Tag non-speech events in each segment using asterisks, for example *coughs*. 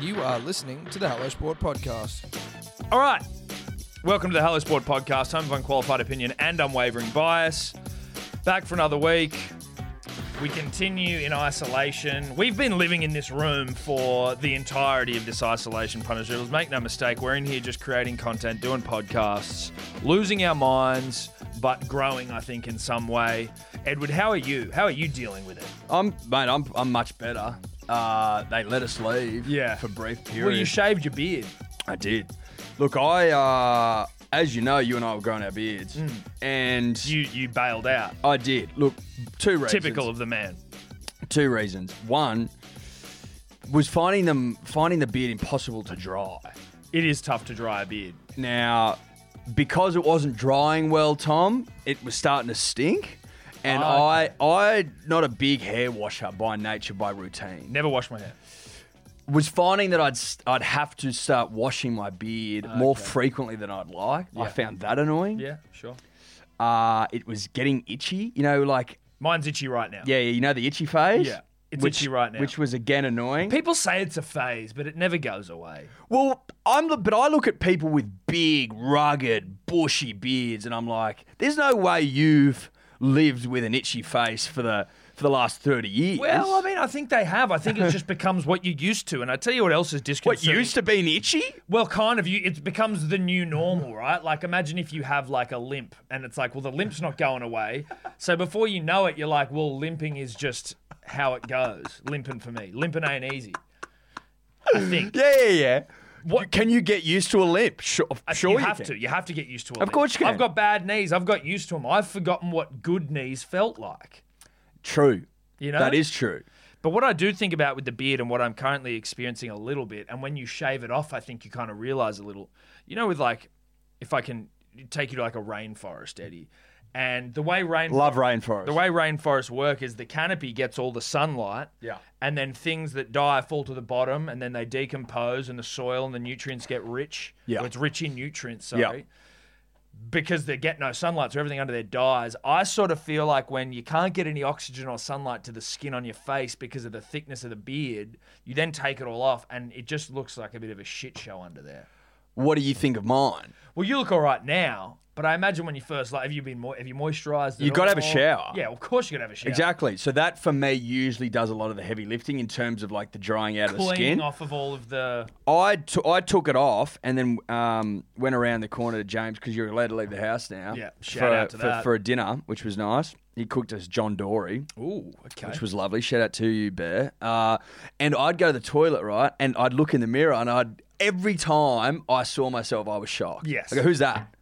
You are listening to the Hello Sport Podcast. All right. Welcome to the Hello Sport podcast, home of unqualified opinion and unwavering bias. Back for another week. We continue in isolation. We've been living in this room for the entirety of this isolation, Punishables. Make no mistake, we're in here just creating content, doing podcasts, losing our minds, but growing, I think, in some way. Edward, how are you? How are you dealing with it? I'm mate. I'm I'm much better. Uh, they let us leave. Yeah. for brief period. Well, you shaved your beard. I did. Look, I uh, as you know, you and I were growing our beards, and Hmm. You you bailed out. I did. Look, two reasons. Typical of the man. Two reasons. One was finding them finding the beard impossible to dry. It is tough to dry a beard. Now, because it wasn't drying well, Tom, it was starting to stink. And Oh, I, I, not a big hair washer by nature, by routine. Never wash my hair. was finding that I'd I'd have to start washing my beard more frequently than I'd like. Ah, Yeah. I found that annoying. Yeah, sure. Uh, it was getting itchy. You know, like Mine's itchy right now. yeah, yeah, you know the itchy phase. Yeah. It's which, itchy right now. Which was again annoying. People say it's a phase, but it never goes away. well, I'm the- but I look at people with big, rugged, bushy beards, and I'm like, there's no way you've lived with an itchy face for the for the last thirty years. Well, I mean, I think they have. I think it *laughs* just becomes what you used to. And I tell you what else is what disconcerting. used to be an itchy? Well, kind of. You, it becomes the new normal, right? Like, imagine if you have like a limp, and it's like, well, the limp's not going away. So before you know it, you're like, well, limping is just how it goes. Limping for me, limping ain't easy. I *laughs* think. Yeah, yeah, yeah. What- can you get used to a lip? Sure, sure Uh, you, have can. to. You have to get used to it. Of course you can. I've got bad knees. I've got used to them. I've forgotten what good knees felt like. True. You know? That is true. But what I do think about with the beard and what I'm currently experiencing a little bit, and when you shave it off, I think you kind of realize a little. You know, with like, if I can take you to like a rainforest, Eddie, and the way rain Love rainforest. the way rainforests work is the canopy gets all the sunlight, Yeah. and then things that die fall to the bottom, and then they decompose, and the soil and the nutrients get rich. Yeah. Well, it's rich in nutrients. Yeah. Sorry. Because they get no sunlight, so everything under there dies. I sort of feel like when you can't get any oxygen or sunlight to the skin on your face because of the thickness of the beard, you then take it all off, and it just looks like a bit of a shit show under there. what do you think of mine? Well, you look all right now, but I imagine when you first like, have you been mo- have you moisturized? You gotta have a shower. Yeah, of course you gotta have a shower. Exactly. So that for me usually does a lot of the heavy lifting in terms of like the drying out of the Cleaning skin. off of all of the. I, t- I took it off and then um, went around the corner to James because you're allowed to leave the house now. Yeah, shout for, out to for, that. for a dinner, which was nice. He cooked us John Dory, Ooh, okay. which was lovely. Shout out to you, Bear. Uh, and I'd go to the toilet right, and I'd look in the mirror, and I'd every time I saw myself, I was shocked. Yes. I go, who's that?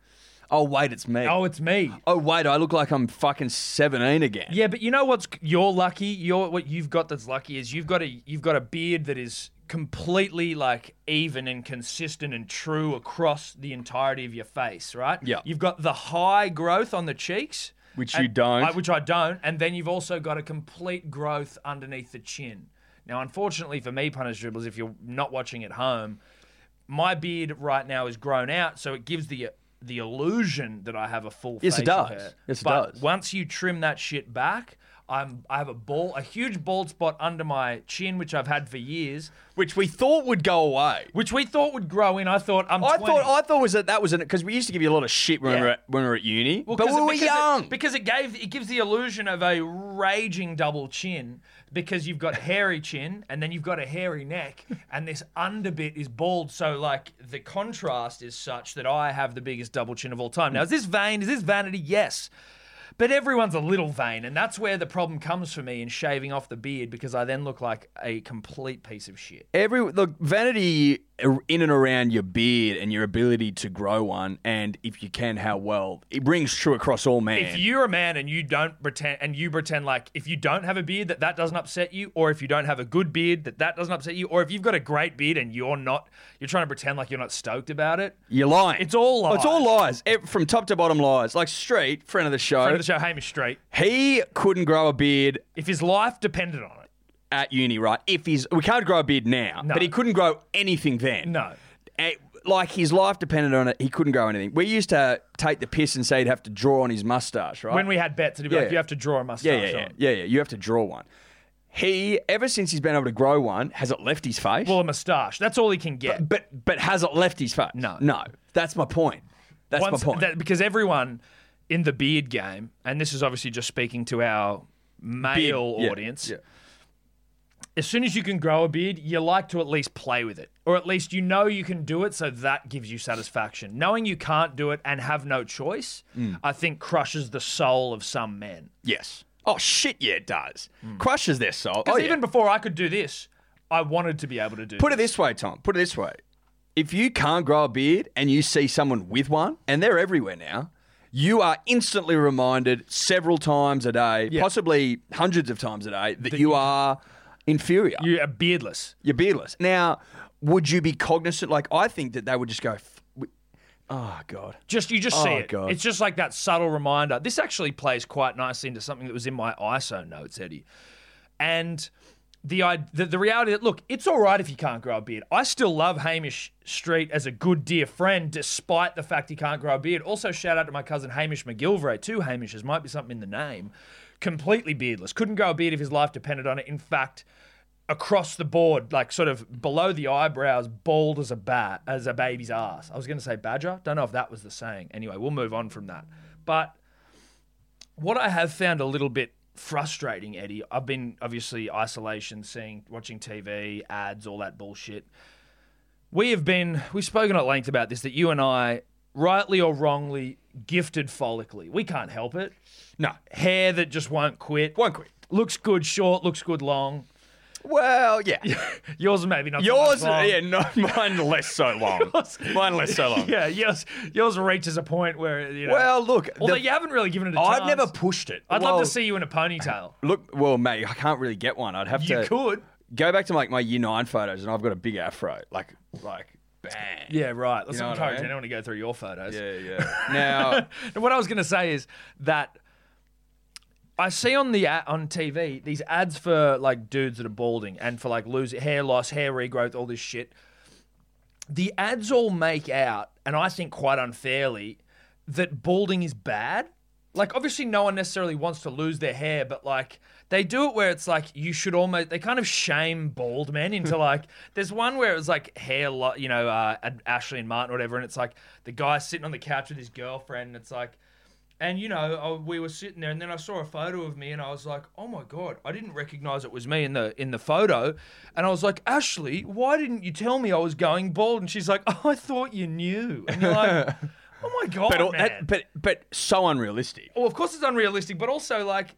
Oh wait, it's me. oh, it's me. Oh wait, I look like I'm fucking 17 again. Yeah, but you know what's you're lucky. You're what you've got that's lucky is you've got a you've got a beard that is completely like even and consistent and true across the entirety of your face, right? Yeah. You've got the high growth on the cheeks, Which and- you don't. I- which I don't, and then you've also got a complete growth underneath the chin. Now, unfortunately for me, punish dribblers, if you're not watching at home, my beard right now is grown out, so it gives the the illusion that I have a full Yes, it facial does. hair. Yes, it But does. once you trim that shit back, I'm I have a ball, a huge bald spot under my chin, which I've had for years, which we thought would go away. which we thought would grow in. I thought I'm. I 20. thought I thought was that that was because we used to give you a lot of shit when, we, were Yeah. at, when we were at uni, Well, but 'cause we it- were because it- young. because it gave it gives the illusion of a raging double chin because you've got hairy chin and then you've got a hairy neck and this underbit is bald so like the contrast is such that I have the biggest double chin of all time. Now is this vain? Is this vanity? Yes. But everyone's a little vain and that's where the problem comes for me in shaving off the beard because I then look like a complete piece of shit. Every look, vanity er, in and around your beard and your ability to grow one, and if you can, how well it rings true across all men. if you're a man and you don't pretend and you pretend like if you don't have a beard that that doesn't upset you or if you don't have a good beard that that doesn't upset you or if you've got a great beard and you're not you're trying to pretend like you're not stoked about it are lying. It's all Oh, It's all lies. lies. Ev- from top to bottom lies. Like Street, friend of the show, friend of the show Hamish Street he couldn't grow a beard if his life depended on it at uni, right? If he's we can't grow a beard now, No. but he couldn't grow anything then. No. Eh, like his life depended on it. He couldn't grow anything. We used to take the piss and say he'd have to draw on his mustache, right? when we had bets it'd be Yeah. like you have to draw a mustache yeah, yeah, yeah, on yeah, yeah. You have to draw one. He, ever since he's been able to grow one, hasn't left his face. Well, a moustache. That's all he can get. but but hasn't left his face. No. no. That's my point. That's Once- my point. that- because everyone in the beard game, and this is obviously just speaking to our Big- male yeah, audience, yeah. as soon as you can grow a beard, you like to at least play with it. Or at least you know you can do it, so that gives you satisfaction. Knowing you can't do it and have no choice, I think crushes the soul of some men. Yes. Oh shit, yeah, it does. Crushes their soul. Oh, Hmm. Because yeah. even before I could do this, I wanted to be able to do Put it this way, Tom. Put it this way. If you can't grow a beard and you see someone with one, and they're everywhere now, you are instantly reminded several times a day, possibly hundreds of times a day, that, you are inferior. You, You are beardless. are beardless. Now, would you be cognizant? Like, I think that they would just go, "F- we- oh, God. Just you just see Oh, it. God. It's just like that subtle reminder. This actually plays quite nicely into something that was in my ISO notes, Eddie. And the id- the, the reality that look, it's all right if you can't grow a beard. I still love Hamish Street as a good dear friend, despite the fact he can't grow a beard. Also, shout out to my cousin Hamish McGilvray too. Hamish's might be something in the name. Completely beardless, couldn't grow a beard if his life depended on it. In fact. Across the board, like sort of below the eyebrows, bald as a bat, as a baby's ass. I was going to say badger. Don't know if that was the saying. Anyway, we'll move on from that. But what I have found a little bit frustrating, Eddie, I've been obviously isolation, seeing, watching TV, ads, all that bullshit. We have been, we've spoken at length about this, that you and I, rightly or wrongly, gifted follically. We can't help it. No. Hair that just won't quit. Won't quit. Looks good short, looks good long. Well, yeah. Yours maybe not. so Yours, much long. yeah, not *laughs* mine less so long. mine less so *laughs* long. yeah, yours, yours reaches a point where you know. Well, look, although the- you haven't really given it a I've chance. never pushed it. I'd Well, love to see you in a *laughs* ponytail. Look, well, mate, I can't really get one. I'd have You to. could. go back to like my year nine photos, and I've got a big afro, like like bang. Yeah, right. Let's You know not what I encourage mean? anyone to go through your photos. yeah, yeah. *laughs* *laughs* Now, And what I was going to say is that I see on the ad, on TV these ads for like dudes that are balding and for like lose hair loss, hair regrowth, all this shit. The ads all make out, and I think quite unfairly, that balding is bad. Like obviously, no one necessarily wants to lose their hair, but like they do it where it's like you should almost they kind of shame bald men into like there's one where it was like hair, lo- you know, uh, Ashley and Martin or whatever, and it's like the guy sitting on the couch with his girlfriend, and it's like. And you know, I, we were sitting there, and then I saw a photo of me, and I was like, "Oh my god, I didn't recognize it was me in the in the photo." And I was like, "Ashley, why didn't you tell me I was going bald?" And she's like, "Oh, I thought you knew." And you're like, "Oh my god, but all, man!" that, but but so unrealistic. well, of course it's unrealistic, but also like,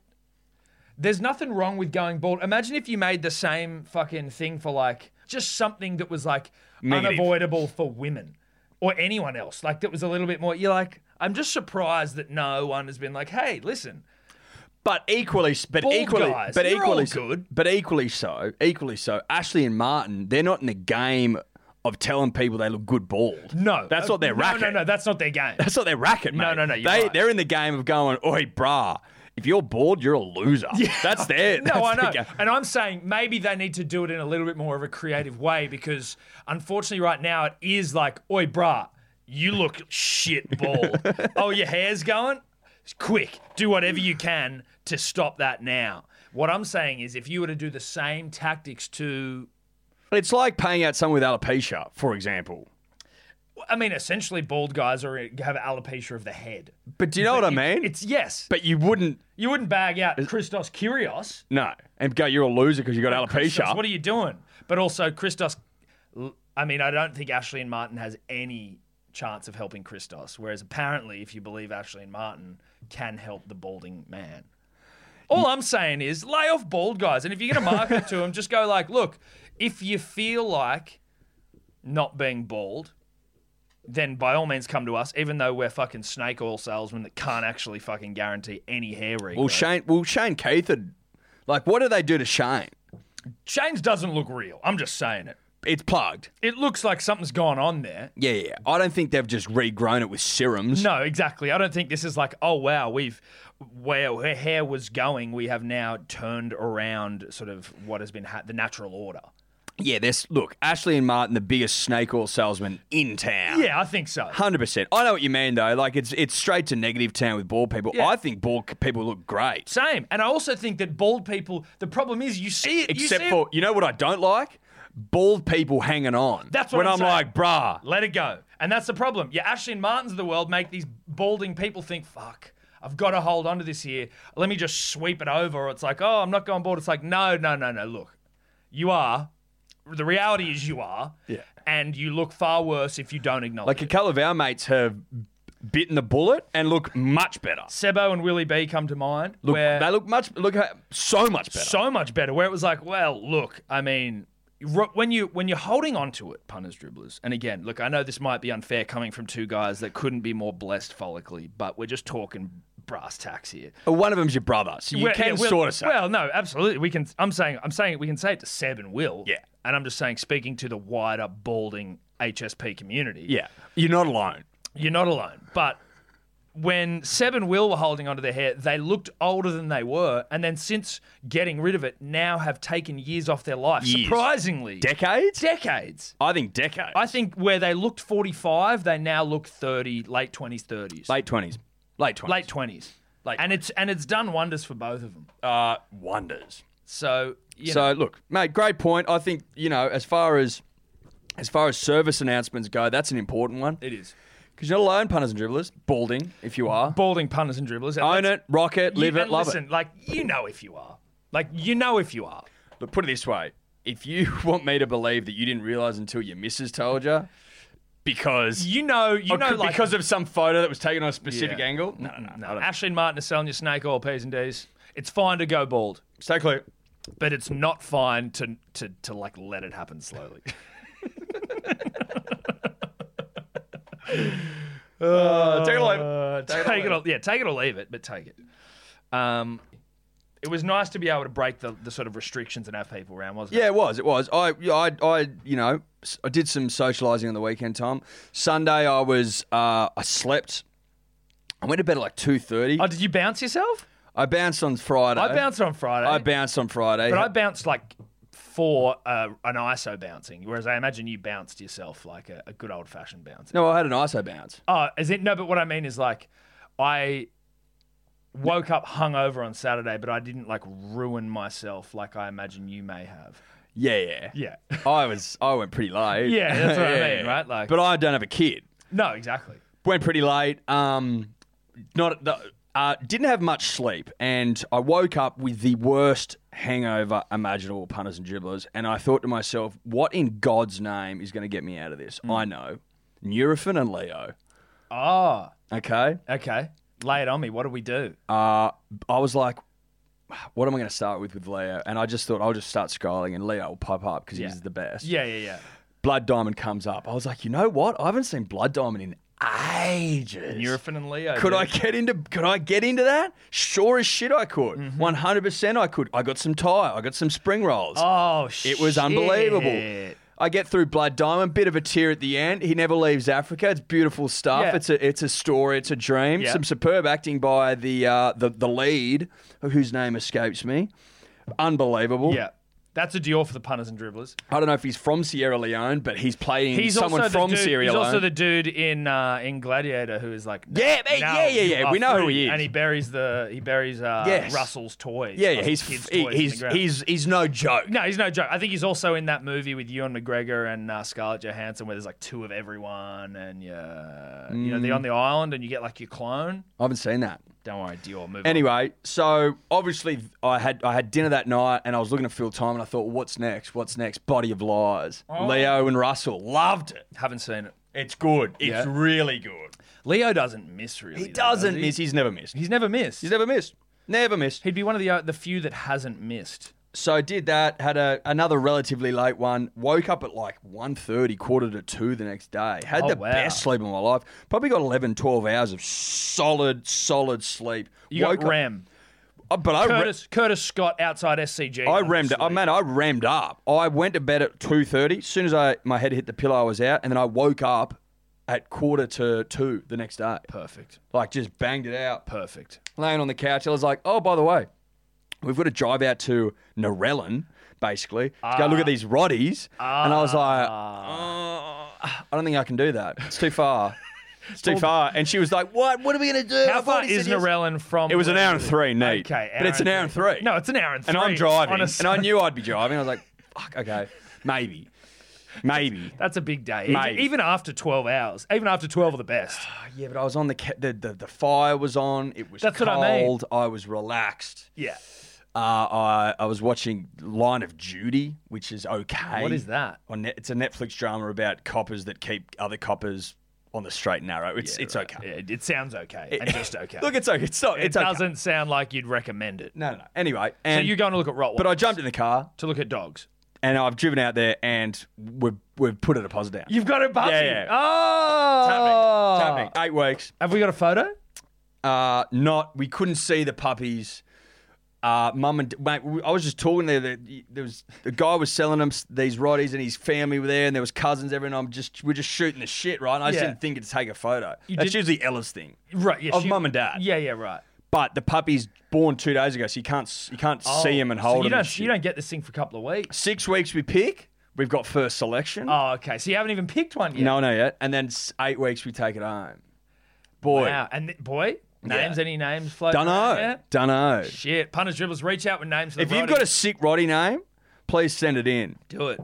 there's nothing wrong with going bald. Imagine if you made the same fucking thing for like just something that was like Negative. unavoidable for women or anyone else, like that was a little bit more. You're like, I'm just surprised that no one has been like, "Hey, listen." But equally, but Bald equally, guys, but you're all equally, good. but equally so, equally so. Ashley and Martin, they're not in the game of telling people they look good bald. No, that's Uh, not their no, racket. No, no, that's not their game. that's not their racket, mate. No, no, no, They you're right. they're in the game of going, oi, brah. If you're bored, you're a *laughs* loser. That's their. no, I that's know. their game. And I'm saying maybe they need to do it in a little bit more of a creative way because unfortunately, right now it is like, oi, brah, you look shit *laughs* bald. oh, your hair's going? Quick, do whatever you can to stop that now. What I'm saying is if you were to do the same tactics to, It's like paying out someone with alopecia, for example. I mean, essentially, bald guys are have alopecia of the head. But do you know what I mean? It's yes. but you wouldn't You wouldn't bag out Christos Kyrios. no and go. You're a loser because you got Christos, alopecia. what are you doing? But also, Christos, l- I mean, I don't think Ashley and Martin has any chance of helping Christos. Whereas apparently, if you believe Ashley and Martin can help the balding man. All I'm saying is lay off bald guys. And if you're going to market to them, just go like, look, if you feel like not being bald, then by all means come to us, even though we're fucking snake oil salesmen that can't actually fucking guarantee any hair regrowth. well, Shane. Well, Shane Keith had like. What do they do to Shane? Shane's doesn't look real. I'm just saying it. It's plugged. It looks like something's gone on there. Yeah, yeah. I don't think they've just regrown it with serums. No, exactly. I don't think this is like, oh wow, we've where her hair was going, we have now turned around sort of what has been ha- the natural order. Yeah, there's look, Ashley and Martin, the biggest snake oil salesman in town. Yeah, I think so. Hundred percent. I know what you mean though. Like it's it's straight to negative town with bald people. Yeah. I think bald c- people look great, Same. And I also think that bald people, the problem is you see it. you except see it- for you know what I don't like? Bald people hanging on. That's what when I'm I'm, saying. like, bruh. Let it go. And that's the problem. Your Ashley and Martins of the world make these balding people think, fuck, I've got to hold on to this here. Let me just sweep it over. Or it's like, oh, I'm not going bored. It's like, no, no, no, no. Look, you are. The reality is you are. Yeah. And you look far worse if you don't acknowledge Like a it. couple of our mates have bitten the bullet and look much better. Sebo and Willie B come to mind. Look, where they look much look ho- so much better. so much better. Where it was like, well, look, I mean, ro- when you when you're holding on to it, punters, dribblers, and again, look, I know this might be unfair coming from two guys that couldn't be more blessed follically, but we're just talking brass tacks here. One of them's your brother, so you Well, yeah, can well- sort of say. Well, no, absolutely. We can. I'm saying. I'm saying we can say it to Seb and Will. Yeah. And I'm just saying, speaking to the wider balding HSP community. yeah, you're not alone. You're not alone. But when Seb and Will were holding onto their hair, they looked older than they were. And then since getting rid of it, now have taken years off their life. Years. Surprisingly, Decades? decades. I think decades. I think where they looked 45, they now look 30, late 20s, 30s. late twenties, late twenties, Late 20s. and it's and it's done wonders for both of them. uh, wonders. So, you know, So look, mate, great point. I think you know as far as as far as service announcements go, that's an important one it is. because you're not alone, punters and dribblers. Balding, if you are, Balding punters and dribblers. And own let's- it, rock it, you- live it, and love listen, Like you know if you are. Like you know if you are. it. But put it this way: if you *laughs* want me to believe that you didn't realize until your missus told you, because You know. You Oh, know. c- Like because of some photo that was taken on a specific Yeah. angle. No, no, *laughs* no. No, Ashley and Martin are selling you snake oil P's and D's. It's fine to go bald, Stay clear. but it's not fine to to, to like let it happen *laughs* slowly. Uh, take it away. Uh, take it, or, yeah, take it or leave it, but take it. Um, it was nice to be able to break the, the sort of restrictions and have people around, wasn't Yeah, it? it was. It was. I, I, I, you know, s- I did some socialising on the weekend. Tom Sunday, I was, uh, I slept. I went to bed at like two thirty. Oh, did you bounce yourself? I bounced on Friday. I bounced on Friday, I bounced on Friday. but I bounced like for uh, an ISO bouncing, whereas I imagine you bounced yourself like a, a good old fashioned bounce. no, I had an ISO bounce. Oh, is it? No, but what I mean is like, I woke up hungover on Saturday, but I didn't like ruin myself like I imagine you may have. Yeah, yeah. Yeah. I was. I went pretty late. Yeah, that's what I *laughs* mean, right? Like- but I don't have a kid. *laughs* No, exactly. went pretty late. Um, not uh, didn't have much sleep, and I woke up with the worst hangover imaginable, punters and dribblers. And I thought to myself, what in God's name is going to get me out of this? Hmm. I know, Nurofen and Leo. Oh, Okay, okay. Lay it on me. What do we do? uh, I was like. What am I going to start with with Leo? And I just thought I'll just start scrolling, and Leo will pop up because he's the best. yeah, yeah, yeah. Blood Diamond comes up. I was like, you know what? I haven't seen Blood Diamond in ages. Nurofen and Leo. Could dude. I get into? Could I get into that? Sure as shit, I Mm-hmm. could. One hundred percent, I could. I got some Thai. I got some spring rolls. Oh, shit. it was unbelievable. I get through Blood Diamond, bit of a tear at the end. He never leaves Africa. It's beautiful stuff. Yeah. It's a it's a story. It's a dream. Yeah. Some superb acting by the uh, the the lead, whose name escapes me. Unbelievable. Yeah. That's a deal for the punters and dribblers. I don't know if he's from Sierra Leone, but he's playing someone also the from dude, Sierra He's Leone. also the dude in uh, in Gladiator who is like, Yeah, mate, "Now yeah, yeah, you yeah. are We know who free." he is. and he buries the he buries uh, Yes. Russell's toys. yeah, yeah, Russell's he's Oh, kids' toys he, in the he's ground. he's he's no joke. no, he's no joke. I think he's also in that movie with Ewan McGregor and uh, Scarlett Johansson, where there's like two of everyone, and uh, you know they're Mm. on the island, and you get like your clone. I haven't seen that. Don't worry, Dior, move on. Anyway, so obviously I had I had dinner that night and I was looking to fill time and I thought, what's next? What's next? Body of Lies. Oh. Leo and Russell loved it. haven't seen it. It's good. It's Yeah. really good. Leo doesn't miss really. He though, doesn't does he? miss. He's never missed. He's never missed. He's never missed. Never missed. He'd be one of the uh, the few that hasn't missed. So I did that. Had a another relatively late one. Woke up at like 1.30, quarter to two the next day. Had Oh, the wow. best sleep of my life. Probably got 11, 12 hours of solid, solid sleep. You Woke got up- Ram. Uh, but I re- Curtis Curtis Scott outside SCG. I rammed. I man, I rammed up. I went to bed at two thirty. As soon as I my head hit the pillow, I was out, and then I woke up at quarter to two the next day. Perfect. Like just banged it out, Perfect. laying on the couch. I was like, oh, by the way, we've got to drive out to Norellen basically, to go Ah. look at these roddies. and I was like, Ah. "Uh, I don't think I can do that. It's *laughs* too far. It's too far. And she was like, What? What are we going to do? How I've far already is said yes." Narellan from? It was an hour and Wellington? three, neat. Okay, but it's an hour and three. No, it's an hour and three. and I'm driving, on a and I knew I'd be driving. I was like, "Fuck, okay, maybe, maybe." *laughs* That's a big day. Even- Mate. Even after 12 hours. Even after 12 are the best. *sighs* uh, Yeah, but I was on the ca- the, the the fire was on. It was That's what cold. I mean. I was relaxed. Yeah. Uh, I I was watching Line of Duty, which is okay. What is that? On net, it's a Netflix drama about coppers that keep other coppers on the straight and narrow. It's it's right. okay. Yeah, It, it sounds okay. and just okay. *laughs* Look, it's okay. It's not. it It's okay. doesn't sound like you'd recommend it. No, no, no. Anyway, So and you're going to look at Rottweilers. but I jumped in the car to look at dogs. and I've driven out there and we've we've put a deposit down. You've got a puppy. Yeah, yeah. Oh. It's happening. It's happening. Eight weeks. Have we got a photo? uh, not we couldn't see the puppies. Uh, mum and mate, we- I was just talking there. That y- there was the guy was selling them s- these roddies, and his family were there, and there was cousins. Everyone, I'm just we're just shooting the shit, right? And I just Yeah. didn't think to take a photo. That's did- usually Ella's thing, Right. Yeah, Of she- mum and dad. Yeah, yeah, right. But the puppy's born two days ago, so you can't s- you can't see him and Oh, hold so you him. Don't, you don't get this thing for a couple of weeks. Six weeks we pick. We've got first selection. Oh, okay. So you haven't even picked one yet. No, no, yet. And then s- eight weeks we take it home. Boy, Wow. And th- boy, names, any names floating around dunno, there? dunno. Shit. Punters, dribblers, reach out with names. For If the you've got a sick Roddy name, please send it in. to do it.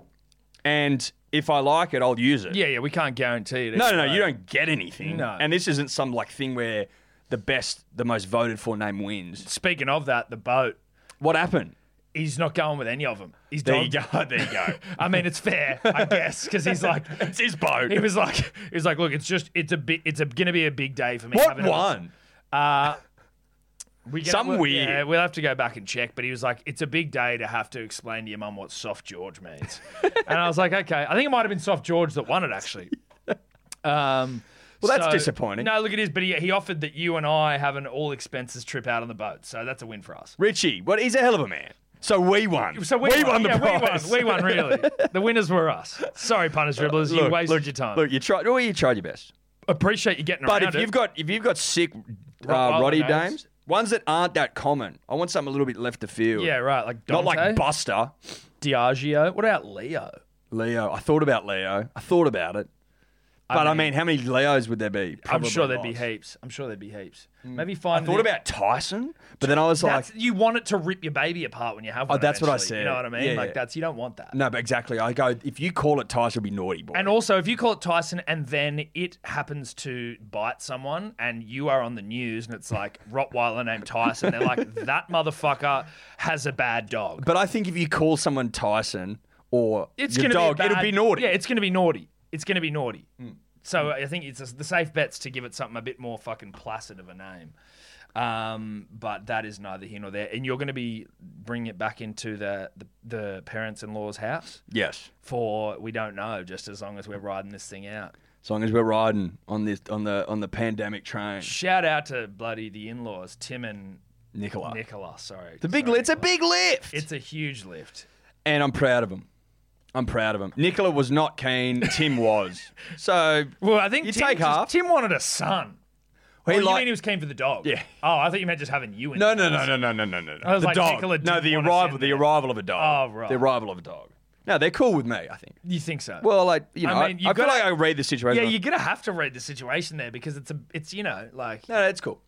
And if I like it, I'll use it. Yeah, yeah, we can't guarantee it. No, no, no. You don't get anything. No. And this isn't some like thing where the best, the most voted for name wins. Speaking of that, the boat. What happened? *laughs* He's not going with any of them. He's There you go. *laughs* There you go. I mean, it's fair, *laughs* I guess, because he's like, It's his boat. he was like, he was like, look, it's just, it's a bit, it's a, gonna be a big day for me. what having a- one? Uh, We get- Some we'll- weird- Yeah, we'll have to go back and check. But he was like, "It's a big day to have to explain to your mum what soft George means." and I was like, "Okay, I think it might have been soft George that won it actually." Um, Well, that's disappointing. No, look, it is. But he, he offered that you and I have an all expenses trip out on the boat, so that's a win for us. Richie. What? He's a hell of a man. So we won. So we, won, the yeah, prize. Uh, We won. We won. Really, the winners were us. Sorry, punters, dribblers, you wasted your time. Look, you tried. Well, you tried your best. Appreciate you getting But around if it. you've got if you've got sick uh, Rottweiler Roddy names. names, ones that aren't that common, I want something a little bit left of field. yeah, right, like Not Dante, like Buster. Diageo. What about Leo? Leo. I thought about Leo. I thought about it. But I mean, how many Leos would there be? I'm sure Probably there'd be lots. heaps. I'm sure there'd be heaps. Maybe find. Mm. Thought the- about Tyson, but then I was like, Oh, That's, you want it to rip your baby apart when you have one. that's what I eventually, You said. know what I mean? Yeah, like yeah. that's you don't want that. no, but exactly. I go, if you call it Tyson, it'll be naughty boy. And also, if you call it Tyson and then it happens to bite someone and you are on the news and it's like Rottweiler named Tyson, they're like, *laughs* that motherfucker has a bad dog. but I think if you call someone Tyson or It's your gonna dog, be a bad- it'll be naughty. Hmm. Yeah, it's gonna be naughty. It's gonna be naughty. So I think it's the safe bets to give it something a bit more fucking placid of a name. Um, but that is neither here nor there. And you're gonna be bringing it back into the the, the parents in law's house Yes, for we don't know. Just as long as we're riding this thing out. as long as we're riding on this on the on the pandemic train, Shout out to bloody the in laws, Tim and Nicola. Nicola. Sorry, the big, Sorry, li- it's a Nicola. big lift, It's a huge lift. and I'm proud of him. I'm proud of him. Nicola was not keen. Tim was. *laughs* So Well, I think You Tim take just- half. Tim wanted a son. he Well, you like- mean he was keen for the dog? Yeah. Oh, I thought you meant just having you in. No, the no, no, house. no, no, no, no, no. I was the like, dog. Nicola no, didn't the wanna arrival, send the that. arrival of a dog. Oh, right. The arrival of a dog. No, they're cool with me. I think. You think so? Well, like you I know, I, mean, I you've feel gotta- like I read the yeah, situation. you're gonna have to read the situation there because it's a, it's you know, like no, no, it's cool.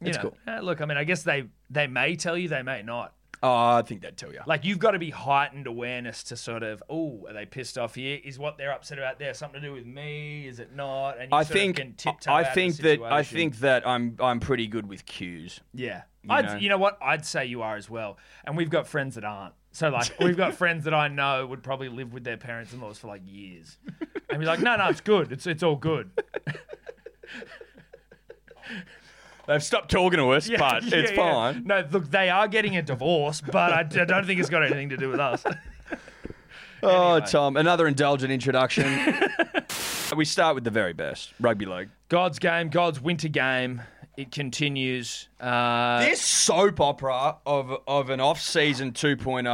you It's know, cool. eh, look, I mean, I guess they they may tell you, they may not. Oh, I think they'd tell you. Like you've got to be heightened awareness to sort of, oh, are they pissed off here? Is what they're upset about there something to do with me? Is it not? And you I sort of think can tiptoe I out of think the that I situation. think that I'm I'm pretty good with cues. Yeah. I'd, know. You know what? I'd say you are as well. And we've got friends that aren't. So, *laughs* like, we've got friends that I know would probably live with their parents in laws for like years and be like, no, no, it's good. It's, it's all good. They've stopped talking to us, but Yeah, it's yeah. fine. No, look, they are getting a divorce, but I, d- I don't think it's got anything to do with us. *laughs* Oh, Tom, another indulgent introduction. *laughs* we start with the very best rugby league. *laughs* God's game, God's winter game. It continues. Uh, This soap opera of of an off season 2.0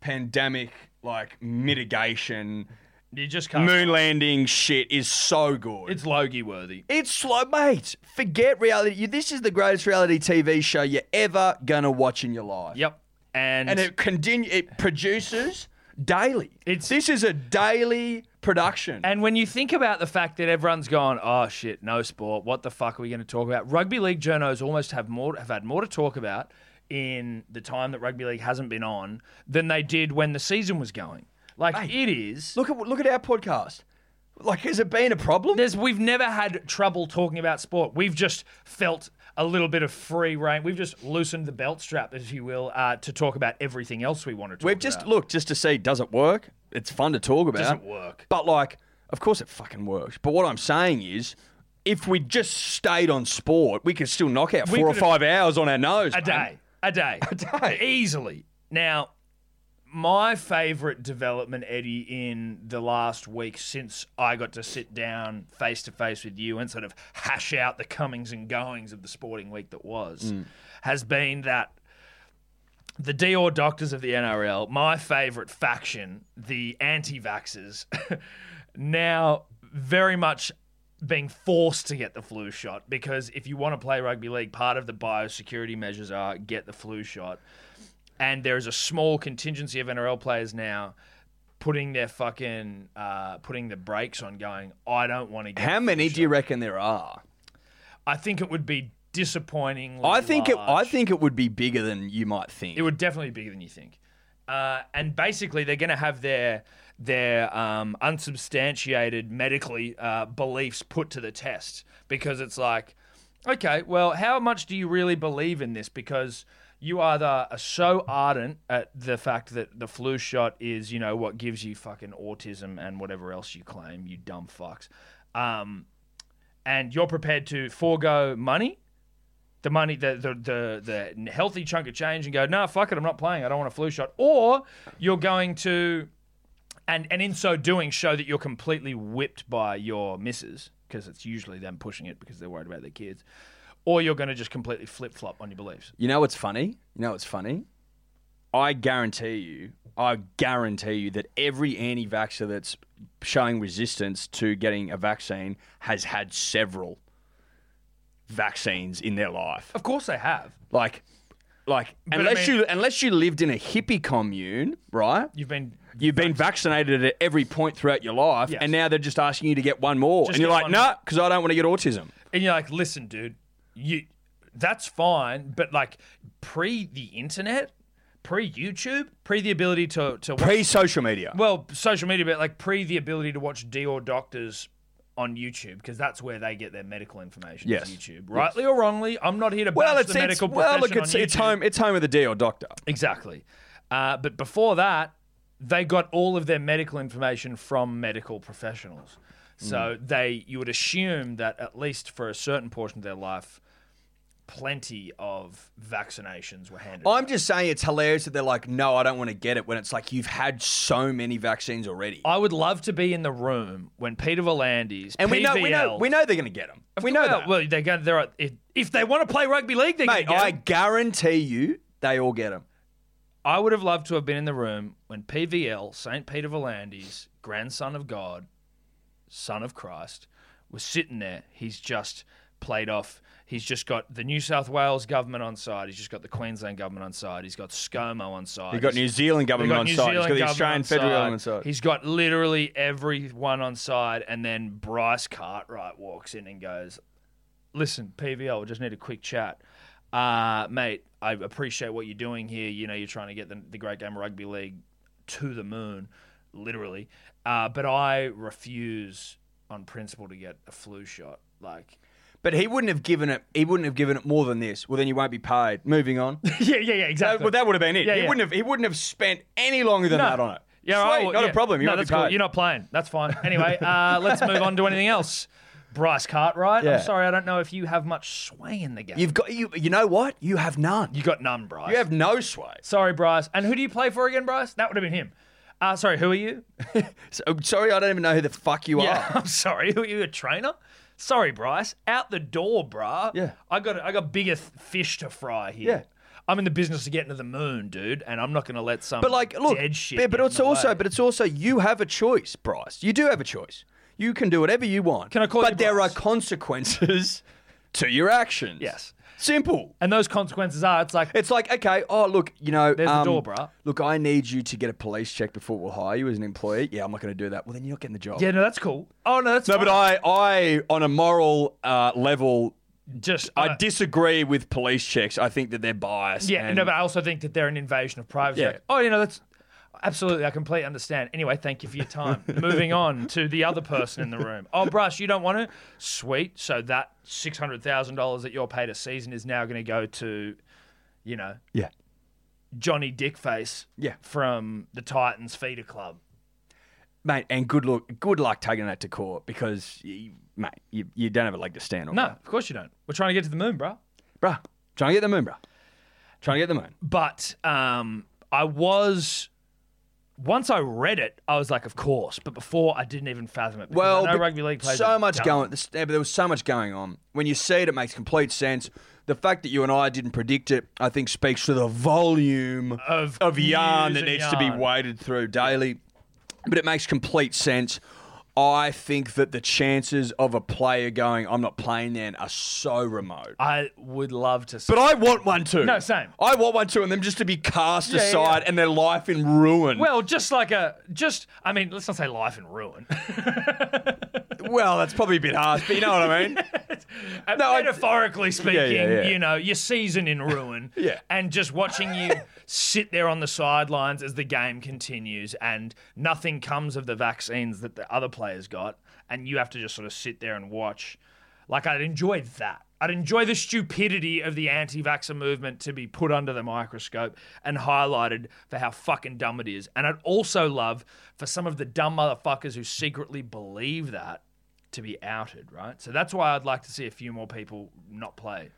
pandemic like mitigation you just can't. moon landing shit is so good. It's, It's Logie worthy. slow, mate. Forget reality. You, this is the greatest reality TV show you're ever gonna watch in your life. Yep. and, and it continue it produces daily. It's- this is a daily production. And when you think about the fact that everyone's gone, oh shit, no sport. What the fuck are we going to talk about? Rugby league journos almost have more have had more to talk about in the time that rugby league hasn't been on than they did when the season was going. Like it is. look at look at our podcast. Like, has it been a problem? There's we've never had trouble talking about sport. We've just felt a little bit of free reign. We've just loosened the belt strap, if you will, uh, to talk about everything else we want to talk We've just about. looked just to see does it work. It's fun to talk about. Doesn't work. But like, of course it fucking works. But what I'm saying is, if we just stayed on sport, we could still knock out We four or could've- five hours on our nose. A day. A *laughs* day. A day. Easily. Now, my favourite development, Eddie, in the last week since I got to sit down face to face with you and sort of hash out the comings and goings of the sporting week that was, Mm. has been that the Dior doctors of the NRL, my favourite faction, the anti vaxxers, *laughs* now very much being forced to get the flu shot because if you want to play rugby league, part of the biosecurity measures are get the flu shot. And there is a small contingency of NRL players now putting their fucking uh, putting the brakes on going, I don't want to get How the flu many do shot." you reckon there are? I think it would be disappointing. I think it. I think it would be bigger than you might think. It would definitely be bigger than you think. Uh, and basically, they're going to have their their um, unsubstantiated medically uh, beliefs put to the test because it's like, okay, well, how much do you really believe in this? Because you either are so ardent at the fact that the flu shot is, you know, what gives you fucking autism and whatever else you claim, you dumb fucks. Um, and you're prepared to forego money the money, the the the, the healthy chunk of change, and go, no, fuck it, I'm not playing. I don't want a flu shot. Or you're going to, and and in so doing, show that you're completely whipped by your missus because it's usually them pushing it because they're worried about their kids. Or you're going to just completely flip flop on your beliefs. You know what's funny? You know what's funny? I guarantee you, I guarantee you that every anti vaxxer that's showing resistance to getting a vaccine has had several vaccines in their life. Of course they have. Like, like I unless mean- you unless you lived in a hippie commune, right? You've been You've been vaccinated at every point throughout your life, Yes. and now they're just asking you to get one more, Just and you're get like, one no, nah, because I don't want to get autism. and you're like, listen, dude, you that's fine, but like pre the internet, pre YouTube, pre the ability to to watch Pre social media. Well, social media, but like pre the ability to watch Dior doctors on YouTube because that's where they get their medical information. is Yes. YouTube, rightly or wrongly, I'm not here to bash well, it's, the it's medical well, look, profession on it's, it's YouTube. home. It's home of the D or doctor. Exactly, uh, but before that, they got all of their medical information from medical professionals. Mm. So they, you would assume that at least for a certain portion of their life, plenty of vaccinations were handed. I'm just saying it's hilarious that they're like, no, I don't want to get it when it's like you've had so many vaccines already. I would love to be in the room when Peter Volandis And we know, we know, PVL we know they're going to get them. We know well, that. Well, they're going. They're if, if they want to play rugby league, they're Mate, going I guarantee you they all get them. I would have loved to have been in the room when PVL Saint Peter Volandis, grandson of God, son of Christ, was sitting there. He's just played off. He's just got the New South Wales government on side. He's just got the Queensland government on side. He's got ScoMo on side. You've got He's- New Zealand They've government got on New side. Zealand You've got the Australian government federal government on side. side. He's got literally everyone on side, and then Bryce Cartwright walks in and goes, "Listen, PVL, we just need a quick chat, uh, mate. I appreciate what you're doing here. You know, you're trying to get the, the great game of rugby league to the moon, literally. Uh, but I refuse, on principle, to get a flu shot. *laughs* Like, But he wouldn't have given it. He wouldn't have given it more than this. Well, then you won't be paid. *laughs* Moving on. yeah, yeah, yeah, that, exactly. well, that would have been it. Yeah, he yeah. wouldn't have. He wouldn't have spent any longer than that on it. Yeah, Sweet, all right, well, not yeah. a problem. You no, won't that's be paid. cool. You're not playing. That's fine. Anyway, *laughs* uh, let's move on to anything else. Bryce Cartwright. Yeah. I'm sorry, I don't know if you have much sway in the game. You've got you. You know what? You have none. You got none, Bryce. You have no sway. Sorry, Bryce. And who do you play for again, Bryce? That would have been him. Uh, sorry, who are you? So, oh, sorry, I don't even know who the fuck you Yeah, *laughs* are. *laughs* I'm sorry. Who are you, a trainer? Sorry, Bryce. Out the door, brah. Yeah. I got I got bigger th- fish to fry here. Yeah. I'm in the business of getting to the moon, dude, and I'm not going to let some But like, look, dead shit. but, but get in it's the also, way. but it's also, you have a choice, Bryce. You do have a choice. You can do whatever you want. Can I call But you there Bryce? are consequences *laughs* to your actions. Yes. Simple. And those consequences are it's like It's like, okay, oh, look, you know. There's the door, bruh. Look, I need you to get a police check before we'll hire you as an employee. Yeah, I'm not going to do that. Well, then you're not getting the job. yeah, no, that's cool. Oh no, that's No, but fine. I, I, on a moral uh, level, just uh, I disagree with police checks. I think that they're biased. Yeah, and- no, but I also think that they're an invasion of privacy. Yeah. Oh, you know, that's absolutely, I completely understand. Anyway, thank you for your *laughs* time. Moving on to the other person in the room. Oh, Brush, you don't want to? Sweet. So that $600,000 that you're paid a season is now going to go to, you know, yeah. Johnny Dickface Yeah. from the Titans Feeder Club. mate. And good luck, good luck taking that to court because, you, mate, you, you don't have a leg to stand on. No, of course you don't. We're trying to get to the moon, bruh. bruh, trying to get the moon, bruh. Trying to get the moon. but um, I was once I read it, I was like, of course. But before, I didn't even fathom it. because I know but rugby league players. so are much dumb. going. this- yeah, but There was so much going on. When you see it, it makes complete sense. The fact that you and I didn't predict it, I think, speaks to the volume Oh, Of yarn news that and needs to be yarn. waded through daily. But it makes complete sense. I think that the chances of a player going, "I'm not playing," then are so remote. I would love to. See. But I want one too. No, same. I want one too, and them just to be cast Yeah, yeah, aside and their life in *laughs* ruin. well, just like a just. I mean, let's not say life in ruin. well, that's probably a bit harsh, but you know what *laughs* I mean. *laughs* No, I- metaphorically speaking, yeah. you know, your season in ruin. Yeah. And just watching you *laughs* sit there on the sidelines as the game continues and nothing comes of the vaccines that the other players got. And you have to just sort of sit there and watch. Like, I'd enjoy that. I'd enjoy the stupidity of the anti vaxxer movement to be put under the microscope and highlighted for how fucking dumb it is. And I'd also love for some of the dumb motherfuckers who secretly believe that to be outed, right? So that's why I'd like to see a few more people not play.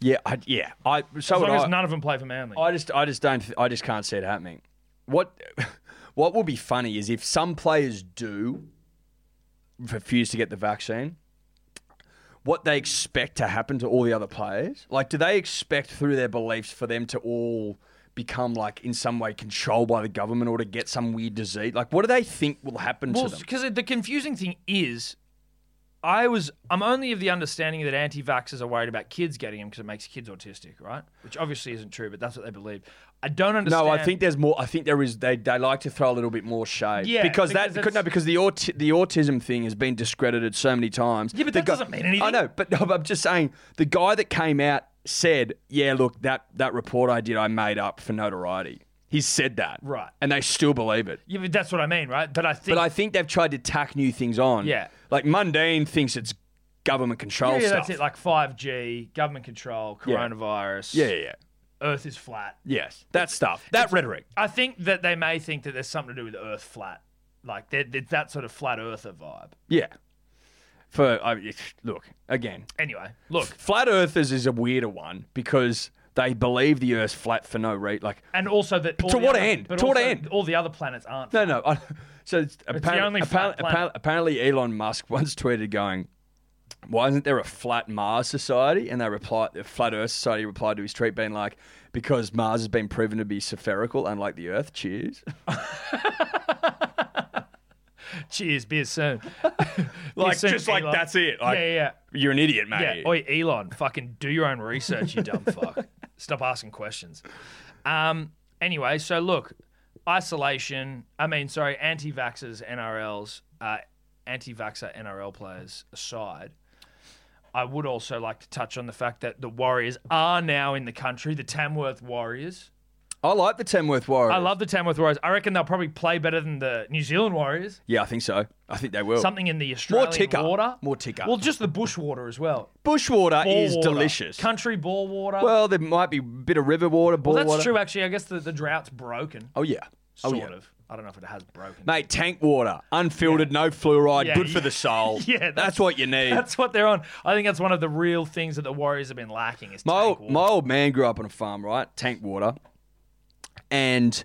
Yeah, I, yeah. I so As would long I, as none of them play for Manly. I just, I just don't, I just can't see it happening. What, *laughs* what will be funny is if some players do refuse to get the vaccine. What they expect to happen to all the other players? Like, do they expect through their beliefs for them to all become like in some way controlled by the government or to get some weird disease? Like, what do they think will happen well, to them? because the confusing thing is, I was I'm only of the understanding that anti-vaxxers are worried about kids getting them because it makes kids autistic, right? Which obviously isn't true, but that's what they believe. I don't understand. No, I think there's more. I think there is. They, they like to throw a little bit more shade. Yeah, because, because that could no, that's- because the aut- the autism thing has been discredited so many times. Yeah, but The that doesn't mean anything. I know, but *laughs* no, but I'm just saying the guy that came out said, "Yeah, look that that report I did, I made up for notoriety." He said that, Right. And they still believe it. Yeah, but that's what I mean, right? But I think But I think they've tried to tack new things on. Yeah. like mundane thinks it's government control yeah, yeah, stuff. that's it. Like 5G, government control, Yeah. coronavirus, yeah, yeah, yeah. Earth is flat. yes, that stuff, that rhetoric. I think that they may think that there's something to do with Earth flat, like they're, they're that sort of flat Earther vibe. Yeah. For I, look again, Anyway, look, Flat Earthers is a weirder one because they believe the Earth's flat for no reason. Like, and also that all to the what other- end? but To what also end? All the other planets aren't. no, no. I, *laughs* so it's apparently, only apparently, flat planet. apparently Elon Musk *laughs* once tweeted going, "Why isn't there a flat Mars society?" And they replied, "The Flat Earth Society replied to his tweet being like, because Mars has been proven to be spherical, unlike the Earth." Cheers. *laughs* Cheers, beer *laughs* soon. Like, just like, that's it. Like- yeah, yeah, You're an idiot, yeah. mate. yeah. Oi, Elon, fucking do your own research, you dumb *laughs* fuck. Stop asking questions. Um. Anyway, so look, isolation. I mean, sorry, anti-vaxxers, NRLs, uh, anti-vaxxer NRL players aside. I would also like to touch on the fact that the Warriors are now in the country, the Tamworth Warriors. I like the Tamworth Warriors. I love the Tamworth Warriors. I reckon they'll probably play better than the New Zealand Warriors. Yeah, I think so. I think they will. Something in the Australian ticker. water. More ticker. Well, just the bush water as well. Bushwater Bore is water. delicious. Country bore water. Well, Well, there might be a bit of river water, bore that's water. true, actually. I guess the, the drought's broken. Oh yeah. Oh Sort yeah. of. I don't know if it has broken. Mate, tank water, unfiltered, no fluoride, Yeah, good for yeah. the soul. *laughs* Yeah, that's, that's- what you need. *laughs* That's what they're on. I think that's one of the real things that the Warriors have been lacking is my, tank old, water. my old man grew up on a farm, right? Tank water. And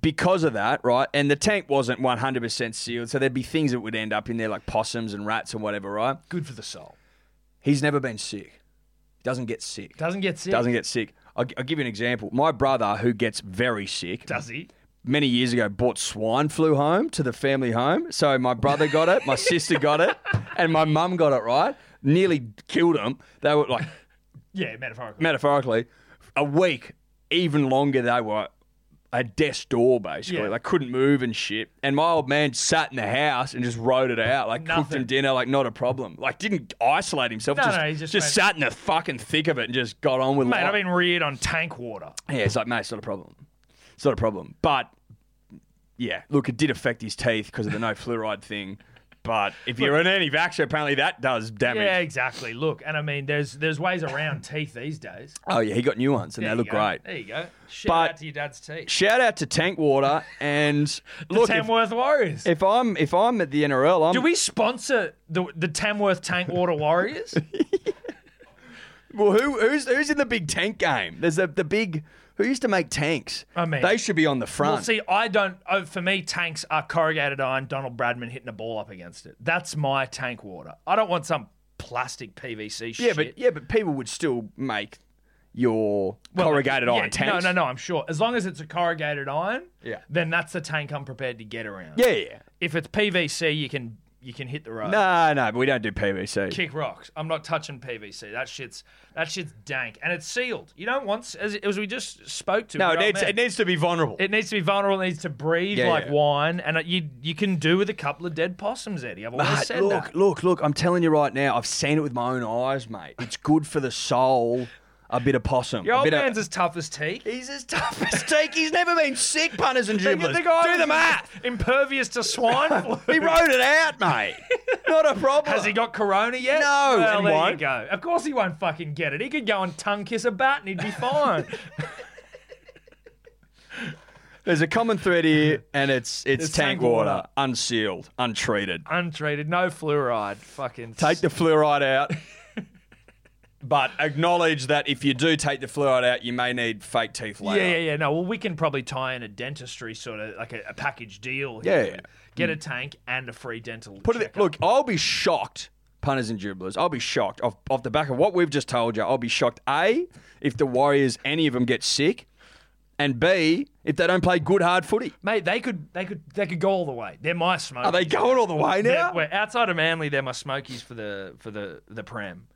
because of that, right? And the tank wasn't 100% sealed, so there'd be things that would end up in there like possums and rats and whatever, right? Good for the soul. He's never been sick. Doesn't get sick. Doesn't get sick. Doesn't get sick. I'll, I'll give you an example. My brother, who gets very sick, Does he? many years ago bought swine *laughs* flu home to the family home. So my brother got it, my sister got it, and my mum got it, right? nearly killed them. They were like Yeah, metaphorically. metaphorically, a week, even longer, they were a desk door basically. Yeah. They couldn't move and shit. And my old man sat in the house and just wrote it out, like cooked Nothing. him dinner, like not a problem. Like didn't isolate himself. No, just no, he just made- sat in the fucking thick of it and just got on with Mate, life. I've been reared on tank water. yeah, it's like mate, it's not a problem. It's not a problem. But yeah, look, it did affect his teeth because of the no fluoride thing. But if you're an anti-vaxxer, apparently that does damage. Yeah, exactly. Look, and I mean, there's there's ways around teeth these days. Oh yeah, he got new ones and There you they look go. great. There you go. Shout But- out to your dad's teeth. Shout out to Tank Water *laughs* and The look if- Tamworth Warriors. If I'm if I'm at the NRL, I'm Do we sponsor the the Tamworth Tank Water *laughs* Warriors? well. Who, who's who's in the big tank game? There's the the big who used to make tanks. I mean- they should be on the front. Oh, well, see, I don't. Oh, for me, tanks are corrugated iron. Donald Bradman hitting a ball up against it. That's my tank water. I don't want some plastic PVC shit. yeah, but yeah, but people would still make your Well, corrugated yeah, iron tanks. No, no, no. I'm sure. As long as it's a corrugated iron, Yeah. then that's the tank I'm prepared to get around. Yeah, yeah. If it's PVC, you can you can hit the road. No, no, but we don't do PVC. Kick rocks. I'm not touching PVC. That shit's that shit's dank, and it's sealed. You don't want s- as, as we just spoke to. no, we're it like, needs, man, um, it needs to be vulnerable. it needs to be vulnerable. It needs to breathe Yeah, like yeah. wine, and it- you you can do with a couple of dead possums, Eddie. I've always Mate, said look, that. look, look! I'm telling you right now, I've seen it with my own eyes, mate. It's good for the soul. A bit of possum. Your a old bit of- man's as tough as tea. *laughs* He's as tough as steak. He's never been sick, punters and Think- dribblers. think I Do was the math. Impervious to *laughs* swine flu. He wrote it out, mate. Not a problem. Has he got corona yet? No, Well, and there you won't. go. Of course he won't fucking get it. He could go and tongue kiss a bat and he'd be *laughs* fine. There's a common thread here, and it's it's It's tank tank water, water. unsealed, untreated. Untreated, no fluoride. Fucking Take the fluoride *laughs* out. But acknowledge that if you do take the fluoride out, you may need fake teeth later. Yeah, yeah, yeah. No, well, we can probably tie in a dentistry sort of like a, a package deal. Yeah, Here. yeah. Mm. Get a tank and a free dental. Put it checkup. look, I'll be shocked, punters and dribblers. I'll be shocked off off the back of what we've just told you. I'll be shocked. A, if the Warriors any of them get sick, and B, if they don't play good hard footy. mate. They could, they could, they could go all the way. They're my smokies. Are they going all the way now? They're- we're outside of Manly. They're my smokies for the for the the prem.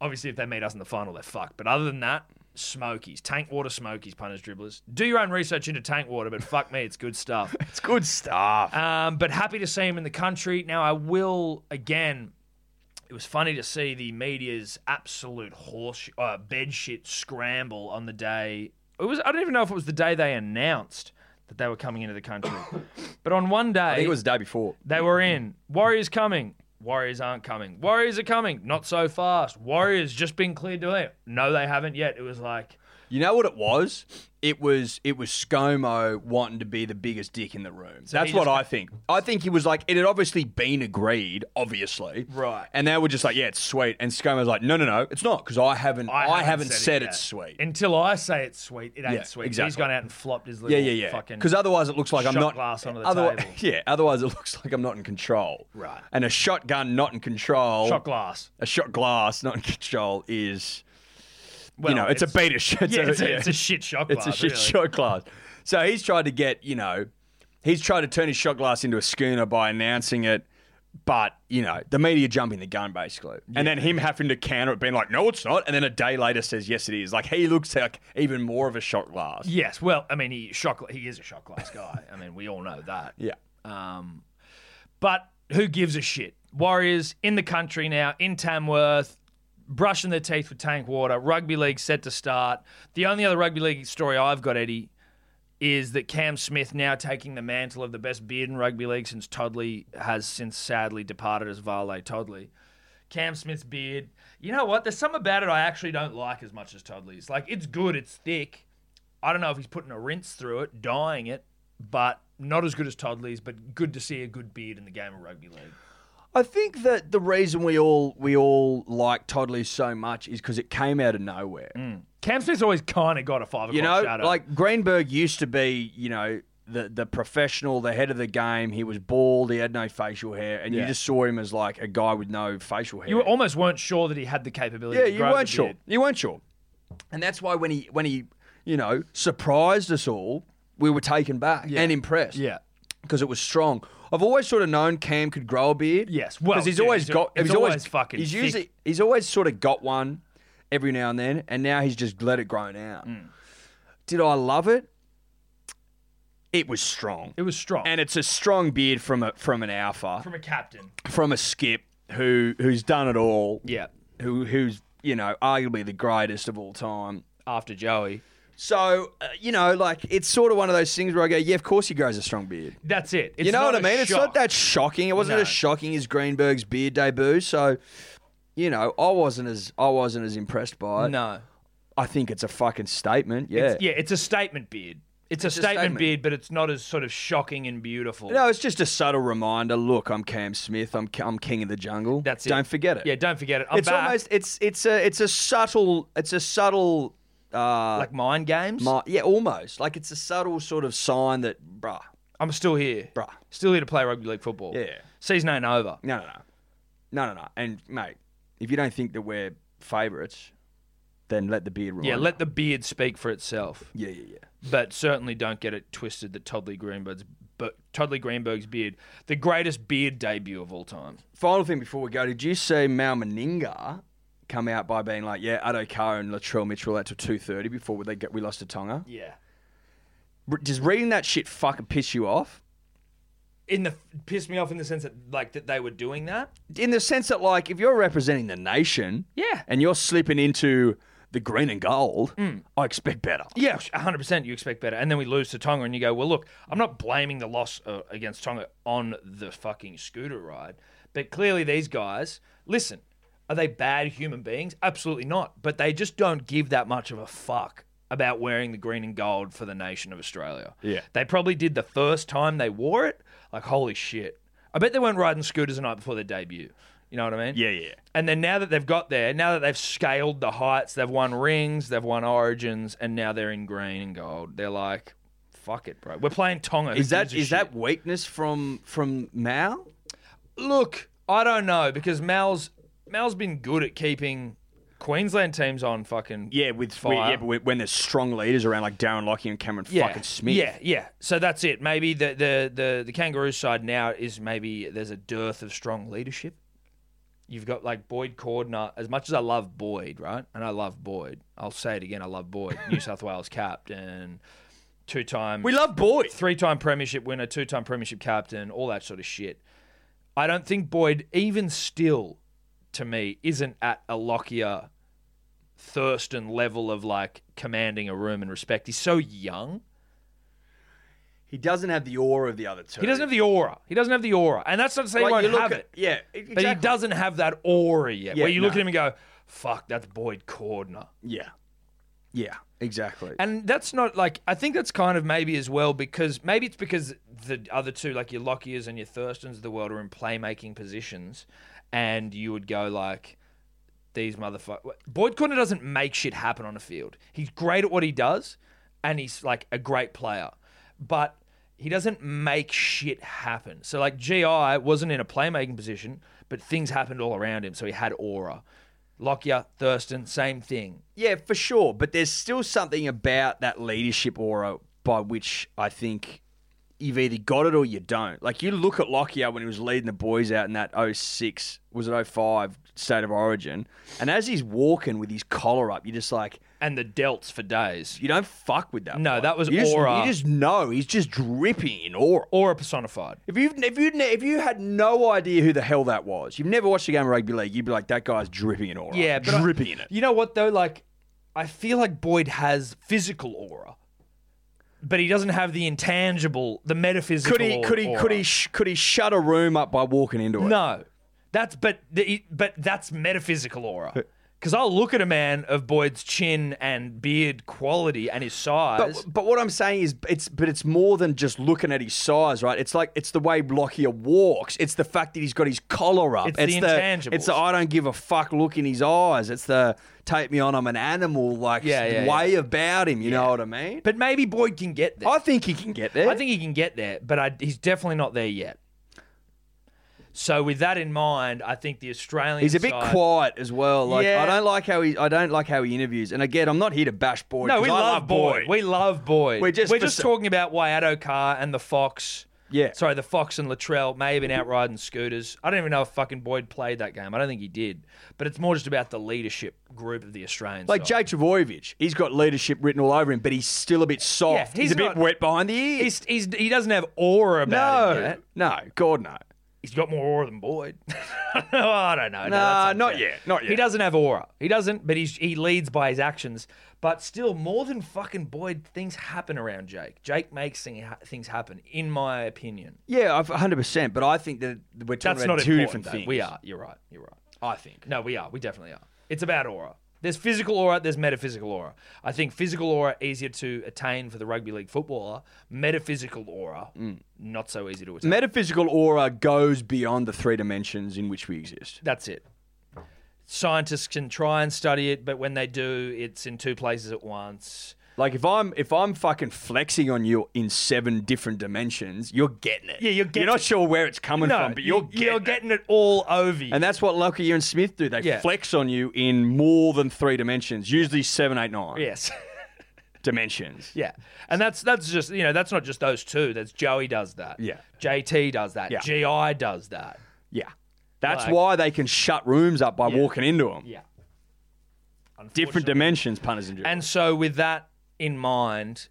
Obviously, if they meet us in the final, they're fucked. But other than that, smokies, tank water, smokies, punters, dribblers. Do your own research into tank water, but fuck me, it's good stuff. It's good stuff. Um, but happy to see him in the country. Now, I will again. It was funny to see the media's absolute horse uh, bed shit scramble on the day. It was. I don't even know if it was the day they announced that they were coming into the *coughs* country, but on one day I think it was the day before. they were in. Warriors coming. Warriors aren't coming. Warriors are coming. Not so fast. Warriors just been cleared to leave. No, they haven't yet. It was like, You know what it was? It was it was ScoMo wanting to be the biggest dick in the room. That's he what just- I think. I think he was like it had obviously been agreed, obviously. Right. And they were just like, yeah, it's sweet. And ScoMo's like, no, no, no, it's not because I haven't I, haven't, said, it it's yet. sweet. Until I say it's sweet, it ain't Yeah, sweet. He's exactly. gone out and flopped his yeah, little yeah, yeah. fucking. Because otherwise, it looks like I'm shot not. glass onto the otherwise, table. *laughs* Yeah. Otherwise, it looks like I'm not in control. Right. And a shotgun not in control. shot glass. A shot glass not in control is. Well, you know, it's, it's- a beta *laughs* shot. *laughs* Yeah, it's, a, it's a shit shot glass. It's a shit really. shot glass. So he's tried to get, you know, he's tried to turn his shot glass into a schooner by announcing it, but, you know, the media jumping the gun basically. And then him having to counter it being like, no, it's not. And then a day later says, yes, it is. Like he looks like even more of a shot glass. Yes, well, I mean, he shot. gla- He is a shot glass guy. I mean, we all know that. Yeah. Um, but who gives a shit? Warriors in the country now, in Tamworth, brushing their teeth with tank water. Rugby league set to start. The only other rugby league story I've got, Eddie, is that Cam Smith now taking the mantle of the best beard in rugby league since Toddley has since sadly departed as Vale Toddley. Cam Smith's beard. You know what? There's something about it I actually don't like as much as Toddley's. Like, it's good, it's thick. I don't know if he's putting a rinse through it, dyeing it, but not as good as Toddley's, but good to see a good beard in the game of rugby league. I think that the reason we all we all like Toddlers so much is because it came out of nowhere. Mm, Cam Smith's always kind of got a five o'clock You know, shadow. like Greenberg used to be, you know, the the professional, the head of the game. He was bald. He had no facial hair, and you Yeah. just saw him as like a guy with no facial hair. you almost weren't sure that he had the capability. yeah, to you grow the weren't sure. beard. You weren't sure, and that's why when he when he you know surprised us all, we were taken back and impressed Yeah, because it was strong. I've always sort of known Cam could grow a beard. Yes, well, because he's dude, always he's- got. he's always fucking He's thick. usually he's always sort of got one every now and then, and now he's just let it grow out. Mm. Did I love it? It was strong, It was strong. and it's a strong beard from a from an alpha from a captain. from a skip who who's done it all. Yeah. who who's you know arguably the greatest of all time. After Joey. So uh, you know, like it's sort of one of those things where I go, yeah, of course he grows a strong beard. That's it. It's you know not what I a mean? It's shock. not that shocking. It wasn't No. as shocking as Greenberg's beard debut. So you know, I wasn't as I wasn't as impressed by it. No. I think it's a fucking statement. Yeah. It's, yeah, it's a statement beard. It's, a, a statement, statement. beard, but it's not as sort of shocking and beautiful. No, it's just a subtle reminder. Look, I'm Cam Smith. I'm I'm king of the jungle. That's it. Don't forget it. Yeah, don't forget it. I'm it's back. almost it's it's a it's a subtle it's a subtle uh like mind games. mi- yeah almost like it's a subtle sort of sign that bruh I'm still here, Bruh. Still here to play rugby league football. Yeah. season ain't over. No, no, no. No, no, no. And, mate, if you don't think that we're favourites, then let the beard run. Yeah, let the beard speak for itself, Yeah, yeah, yeah. but certainly don't get it twisted that Toddley Greenberg's but Toddley Greenberg's beard, the greatest beard debut of all time. Final thing before we go, did you see Mal Meninga come out by being like, yeah, Adokar and Latrell Mitchell out till 2.30 before they get, we lost to Tonga? Yeah, R- Does reading that shit fucking piss you off? in the pissed me off in the sense that like that they were doing that. In the sense that, like, if you're representing the nation Yeah. Mm. and you're slipping into the green and gold, I expect better. Yeah, 100% you expect better. And then we lose to Tonga, and you go, well, look, I'm not blaming the loss uh, against Tonga on the fucking scooter ride. But clearly, these guys, listen, are they bad human beings? Absolutely not. But they just don't give that much of a fuck about wearing the green and gold for the nation of Australia. Yeah. They probably did the first time they wore it. Like, holy shit. I bet they weren't riding scooters the night before their debut. You know what I mean? Yeah, yeah. And then now that they've got there, now that they've scaled the heights, they've won rings, they've won origins, and now they're in green and gold. They're like, fuck it, bro. We're playing Tonga. Who Is that gives is a that weakness from from Mal? shit? Look, I don't know because Mal's Mal's been good at keeping Queensland teams on fucking Yeah, with fire. yeah, but when- when there's strong leaders around like Darren Lockie and Cameron fucking Smith. Yeah, yeah. So that's it. Maybe the the the the kangaroo side now is maybe there's a dearth of strong leadership. You've got like Boyd Cordner. As much as I love Boyd, right? And I love Boyd. I'll say it again. I love *laughs* Boyd. New South Wales captain, two time, We love boys. three time premiership winner, two time premiership captain, all that sort of shit. I don't think Boyd, even still, to me, isn't at a Lockyer Thurston level of like commanding a room and respect. He's so young. He doesn't have the aura of the other two. He doesn't have the aura. He doesn't have the aura. And that's not to say Like, he won't you look have at- it. Yeah, But he doesn't have that aura yet. Yeah, where you look no. at him and go, fuck, that's Boyd Cordner. Yeah, yeah, exactly. And that's not like, I think that's kind of maybe as well because maybe it's because the other two, like your Lockyer and your Thurstons of the world, are in playmaking positions. And you would go like, these motherfuckers. Boyd Cordner doesn't make shit happen on a field. He's great at what he does, and he's like a great player, but he doesn't make shit happen. So like Gi wasn't in a playmaking position, but things happened all around him, so he had aura. Lockyer, Thurston, same thing. yeah, for sure. But there's still something about that leadership aura by which I think you've either got it or you don't. Like you look at Lockyer when he was leading the boys out in that 06, was it 05 state of origin, and as he's walking with his collar up, you're just like. And the delts for days. You don't fuck with that. No, bloke. that was you just- aura. you just know he's just dripping in aura. Aura personified. If you if you if you had no idea who the hell that was, you've never watched a game of rugby league, you'd be like, that guy's dripping in aura. Yeah, but I- dripping in it. You know what though? Like, I feel like Boyd has physical aura, but he doesn't have the intangible, the metaphysical. Could he could he aura. could he sh- could he shut a room up by walking into it? No, that's but the, but that's metaphysical aura. Because I'll look at a man of Boyd's chin and beard quality and his size. But, but what I'm saying is, it's but it's more than just looking at his size, right? It's like it's the way Lockyer walks. It's the fact that he's got his collar up. It's the intangibles. It's the I don't give a fuck look in his eyes. It's the take me on, I'm an animal like Yeah, yeah, yeah. way about him. You know what I mean? but maybe Boyd can get there. I think he can get there. I think he can get there, but I, he's definitely not there yet. So with that in mind, I think the Australian He's a bit side- quiet as well. Like Yeah. I don't like how he I don't like how he interviews. And again, I'm not here to bash Boyd. No, 'cause we I love, Boyd. Boyd. We love Boyd. We're just- talking about why Addo Carr and the Fox Yeah. Sorry, the Fox and Latrell may have been out riding scooters. I don't even know if fucking Boyd played that game. I don't think he did. But it's more just about the leadership group of the Australians. Like Jake Travojevic, he's got leadership written all over him, but he's still a bit soft. Yeah, he's, he's a bit not- wet behind the ears. he's, he's, he doesn't have aura about him no, yet. no, God no. He's got more aura than Boyd. *laughs* No, I don't know. No, Nah, that's not unfair. yet, not yet. He doesn't have aura. He doesn't, but he's, he leads by his actions. But still, more than fucking Boyd, things happen around Jake. Jake makes thing, things happen, in my opinion. Yeah, I've 100%, but I think that we're talking That's about not two important, different though. things. We are. You're right. You're right. I think. No, we are. We definitely are. It's about aura. There's physical aura, there's metaphysical aura. I think physical aura easier to attain for the rugby league footballer. Metaphysical aura, Mm. not so easy to attain. Metaphysical aura goes beyond the three dimensions in which we exist. That's it. Scientists can try and study it, but when they do, it's in two places at once. Like if I'm if I'm fucking flexing on you in seven different dimensions, you're getting it. Yeah, you're getting You're not it. sure where it's coming from, but you're you- getting you're it. getting it all over you. And that's what Lockyer and Smith do. They Yeah. flex on you in more than three dimensions, usually seven, eight, nine yes. *laughs* dimensions. Yeah, and that's that's just you know that's not just those two. That's Joey does that. Yeah. JT does that. Yeah. GI does that. Yeah. That's Like- why they can shut rooms up by Yeah. walking into them. Yeah, Different dimensions, punters and jurors. And so with that in mind,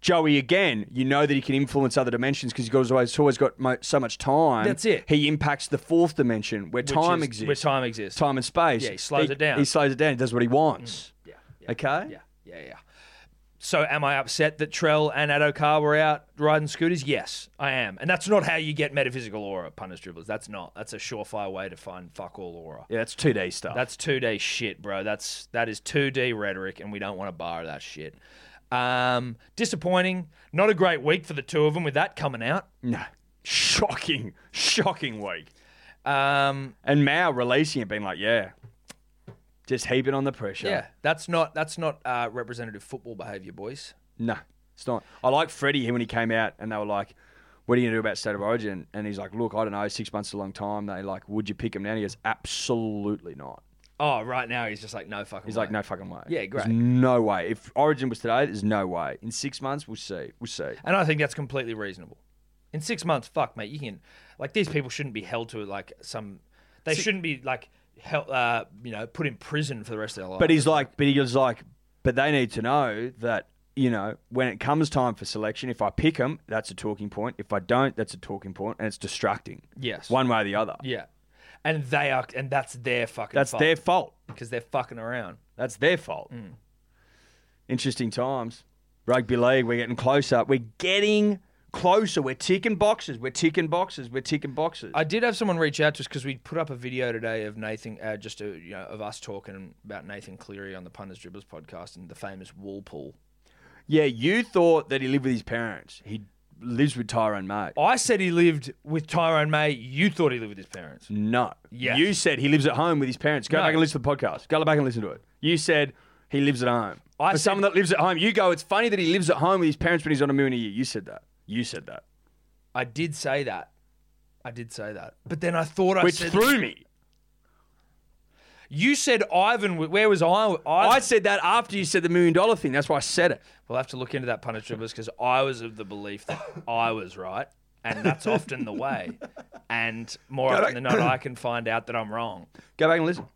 Joey again, you know that he can influence other dimensions because he's got he's always, he's always got mo- so much time. That's it. He impacts the fourth dimension where which time is- exists, Where time exists. time and space. Yeah, he slows it down. Mm. He slows it down. He does what he wants. Yeah. Okay. Yeah. Yeah. Yeah. So am I upset that Trell and Adokar were out riding scooters? Yes, I am. And that's not how you get metaphysical aura, punters dribblers. That's not. That's a surefire way to find fuck all aura. Yeah, that's two D stuff. That's two D shit, bro. That's that is two D rhetoric, and we don't want to borrow that shit. Um, disappointing. Not a great week for the two of them with that coming out. no. Shocking, shocking week. Um, And Mao releasing it, being like, yeah, just heaping on the pressure. yeah, that's not that's not uh, representative football behaviour, boys. No, it's not. I like Freddie when he came out and they were like, what are you going to do about State of Origin? And he's like, look, I don't know. Six months is a long time. They like, would you pick him now? And he goes, absolutely not. Oh, right now he's just like no fucking. He's way. like, no fucking way. Yeah, great. There's no way. If Origin was today, there's no way. In six months, we'll see. We'll see. and I think that's completely reasonable. In six months, fuck, mate, you can like these people shouldn't be held to like some. They should shouldn't be like held, uh, you know, put in prison for the rest of their life. But he's like, but he was like, but they need to know that you know when it comes time for selection, if I pick him, that's a talking point. If I don't, that's a talking point, and it's distracting. Yes. one way or the other. yeah, and they are, and that's their fucking. That's fault. their fault. because they're fucking around. That's their fault. Mm. Interesting times. Rugby league, we're getting closer. We're getting closer. We're ticking boxes. We're ticking boxes. We're ticking boxes. I did have someone reach out to us because we put up a video today of Nathan, uh, just uh you know, of us talking about Nathan Cleary on the Punters Dribblers podcast and the famous wool pull. yeah, you thought that he lived with his parents. He lives with Tyrone May. I said he lived with Tyrone May. You thought he lived with his parents. No. Yes. You said he lives at home with his parents. Go No. back and listen to the podcast. Go back and listen to it. You said he lives at home. I For said- someone that lives at home, you go, it's funny that he lives at home with his parents when he's on a moon a year. You said that. You said that. I did say that. I did say that. But then I thought I Which said threw me. you said Ivan. w- Where was I? Ivan? I said that after you said the million dollar thing. That's why I said it. We'll have to look into that Punters Dribblers because I was of the belief that I was right, and that's often the way. And more often than not, I can find out that I'm wrong. Go back and listen.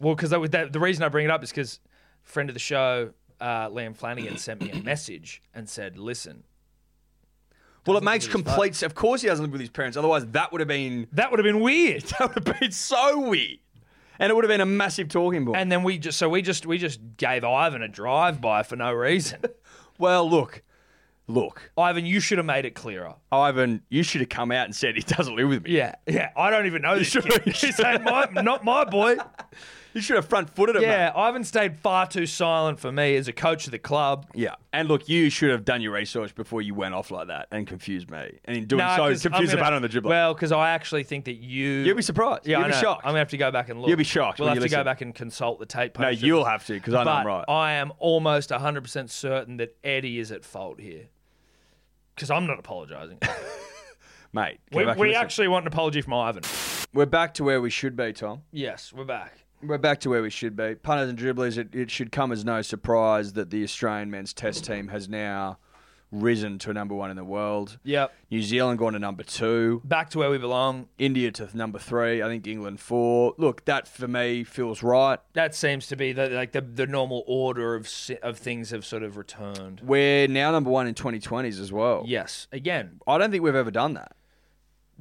Well, because that, that, the reason I bring it up is because friend of the show, uh, Liam Flanagan, sent me a message and said, "Listen, Well, it makes live with his complete. Of course, he doesn't live with his parents. Otherwise, that would have been *laughs* that would have been weird." that would have been so weird, and it would have been a massive talking point. And then we just so we just we just gave Ivan a drive by for no reason. *laughs* well, look, look, Ivan, you should have made it clearer. Ivan, you should have come out and said he doesn't live with me. Yeah, yeah. I don't even know this should- kid. you This ain't my, not my *laughs* boy. You should have front footed him. Yeah, mate. Ivan stayed far too silent for me as a coach of the club. yeah. And look, you should have done your research before you went off like that and confused me, and in doing Nah, so 'cause I'm confused the gonna- about on the dribbler. Well, because I actually think that you You'll be surprised. Yeah, You'll I be know. shocked. I'm gonna have to go back and look. You'll be shocked We'll when have you to go listen. back and consult the tape. no, punishment. you'll have to because I know But I'm right. I am almost 100 percent certain that Eddie is at fault here, because I'm not *laughs* apologising. Mate, go we back and we listen. actually want an apology from Ivan. we're back to where we should be, Tom. Yes, we're back. We're back to where we should be. Punters and dribblers, it, it should come as no surprise that the Australian men's test team has now risen to number one in the world. Yep. New Zealand gone to number two. Back to where we belong. India to number three. I think England four. Look, that for me feels right. That seems to be the, like the, the normal order of si- of things have sort of returned. We're now number one in 2020s as well. Yes. Again, I don't think we've ever done that.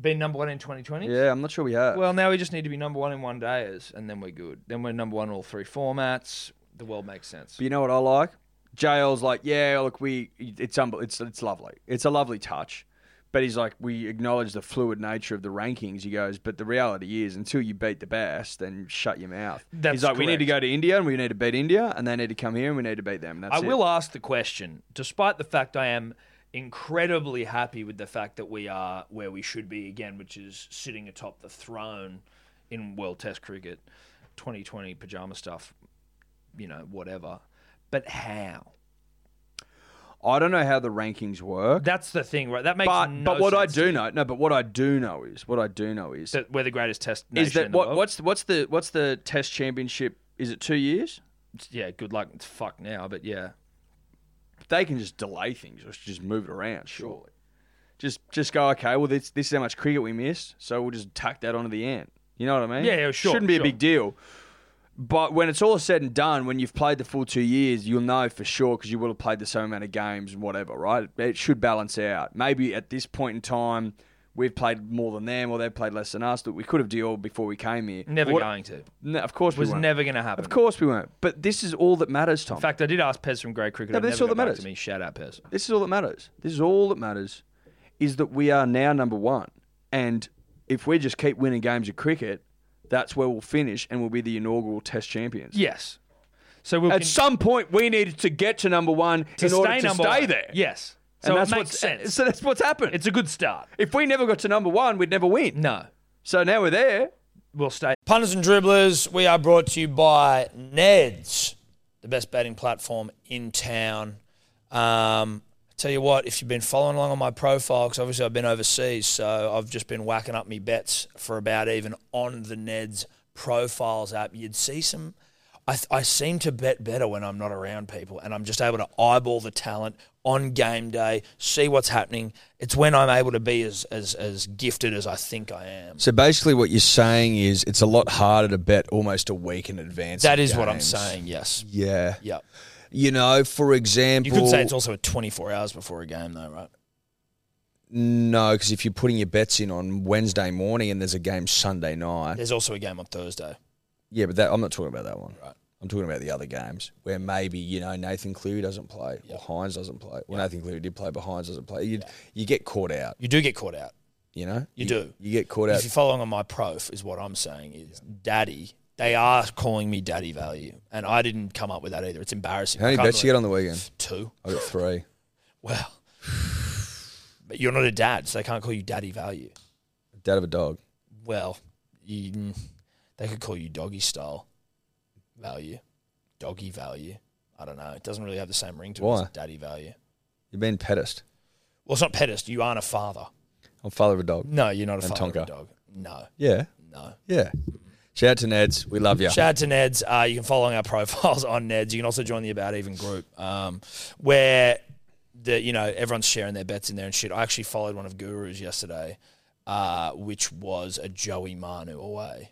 been number one in 2020. Yeah, I'm not sure we have. Well, now we just need to be number one in one dayers, and then we're good. Then we're number one in all three formats. The world makes sense. But you know what I like? JL's like, yeah, look, we it's um, it's it's lovely. It's a lovely touch. But he's like, we acknowledge the fluid nature of the rankings. He goes, but the reality is, until you beat the best, then shut your mouth. That's he's like, we need to correct. go to India and we need to beat India, and they need to come here and we need to beat them. That's I it. will ask the question, despite the fact I am incredibly happy with the fact that we are where we should be again, which is sitting atop the throne in World Test cricket, 2020 pajama stuff, you know, whatever. But how? I don't know how the rankings work, That's the thing, right? That makes but no but what I sense to do me. know, no, but what I do know is what I do know is that we're the greatest Test nation. is that in the what world. what's what's the what's the Test Championship? Is it two years? Yeah, good luck. It's fucked now, but yeah. they can just delay things or just move it around. Surely, just just go. Okay, well this this is how much cricket we missed, so we'll just tuck that onto the end. You know what I mean? Yeah, yeah, sure, Shouldn't be sure. a big deal. But when it's all said and done, when you've played the full two years, you'll know for sure because you will have played the same amount of games and whatever, right? It should balance out. Maybe at this point in time, we've played more than them or they've played less than us. That we could have dealt before we came here. Never What- going to. No, of course we Was weren't. never going to happen. Of course we weren't. But this is all that matters, Tom. In fact, I did ask Pez from Grey Cricket. No, I've but that's never all got that back matters. To me, shout out Pez. This is all that matters. This is all that matters is that we are now number one. And if we just keep winning games of cricket, that's where we'll finish and we'll be the inaugural Test champions. Yes. So we'll At some point, we needed to get to number one to in stay order to number stay one. there. Yes. So And that's it makes what's, sense. So that's what's happened. It's a good start. if we never got to number one, we'd never win. No, So now we're there. we'll stay. Punters and dribblers, we are brought to you by Neds, the best betting platform in town. Um, tell you what, if you've been following along on my profile, because obviously I've been overseas, so I've just been whacking up me bets for about even on the Neds profiles app. You'd see some. I, I seem to bet better when I'm not around people and I'm just able to eyeball the talent on game day, see what's happening. It's when I'm able to be as, as, as gifted as I think I am. So basically, what you're saying is it's a lot harder to bet almost a week in advance. That of is what I'm games. saying, yes. Yeah. Yeah. You know, for You example, could say it's also a 24 hours before a game, though, right? no, because if you're putting your bets in on Wednesday morning and there's a game Sunday night, There's also a game on Thursday. yeah, but that, I'm not talking about that one. Right. I'm talking about the other games where maybe you know Nathan Cleary doesn't play or Hines doesn't play. Well, Nathan Cleary did play, but Hines doesn't play. You you get caught out. You do get caught out. You know, You do. You get caught If out. you're following on my prof, is what I'm saying is daddy. They are calling me daddy value, and I didn't come up with that either. It's embarrassing. How many bets you get on the weekend? Two. I got three. Well, but you're not a dad, so they can't call you daddy value. Dad of a dog. Well, you, mm, they could call you doggy style value, doggy value. I don't know. It doesn't really have the same ring to it Why? as daddy value. You've been pedest. Well, it's not pedest. You aren't a father. I'm father of a dog. No, you're not a And father of Tonka. a dog. No, Yeah. no. Yeah. Shout out to Neds. We love you. Shout out to Neds. Uh, you can follow our *laughs* profiles on Neds. You can also join the About Even group, um, where the you know everyone's sharing their bets in there and shit. I actually followed one of Guru's yesterday, uh, which was a Joey Manu away.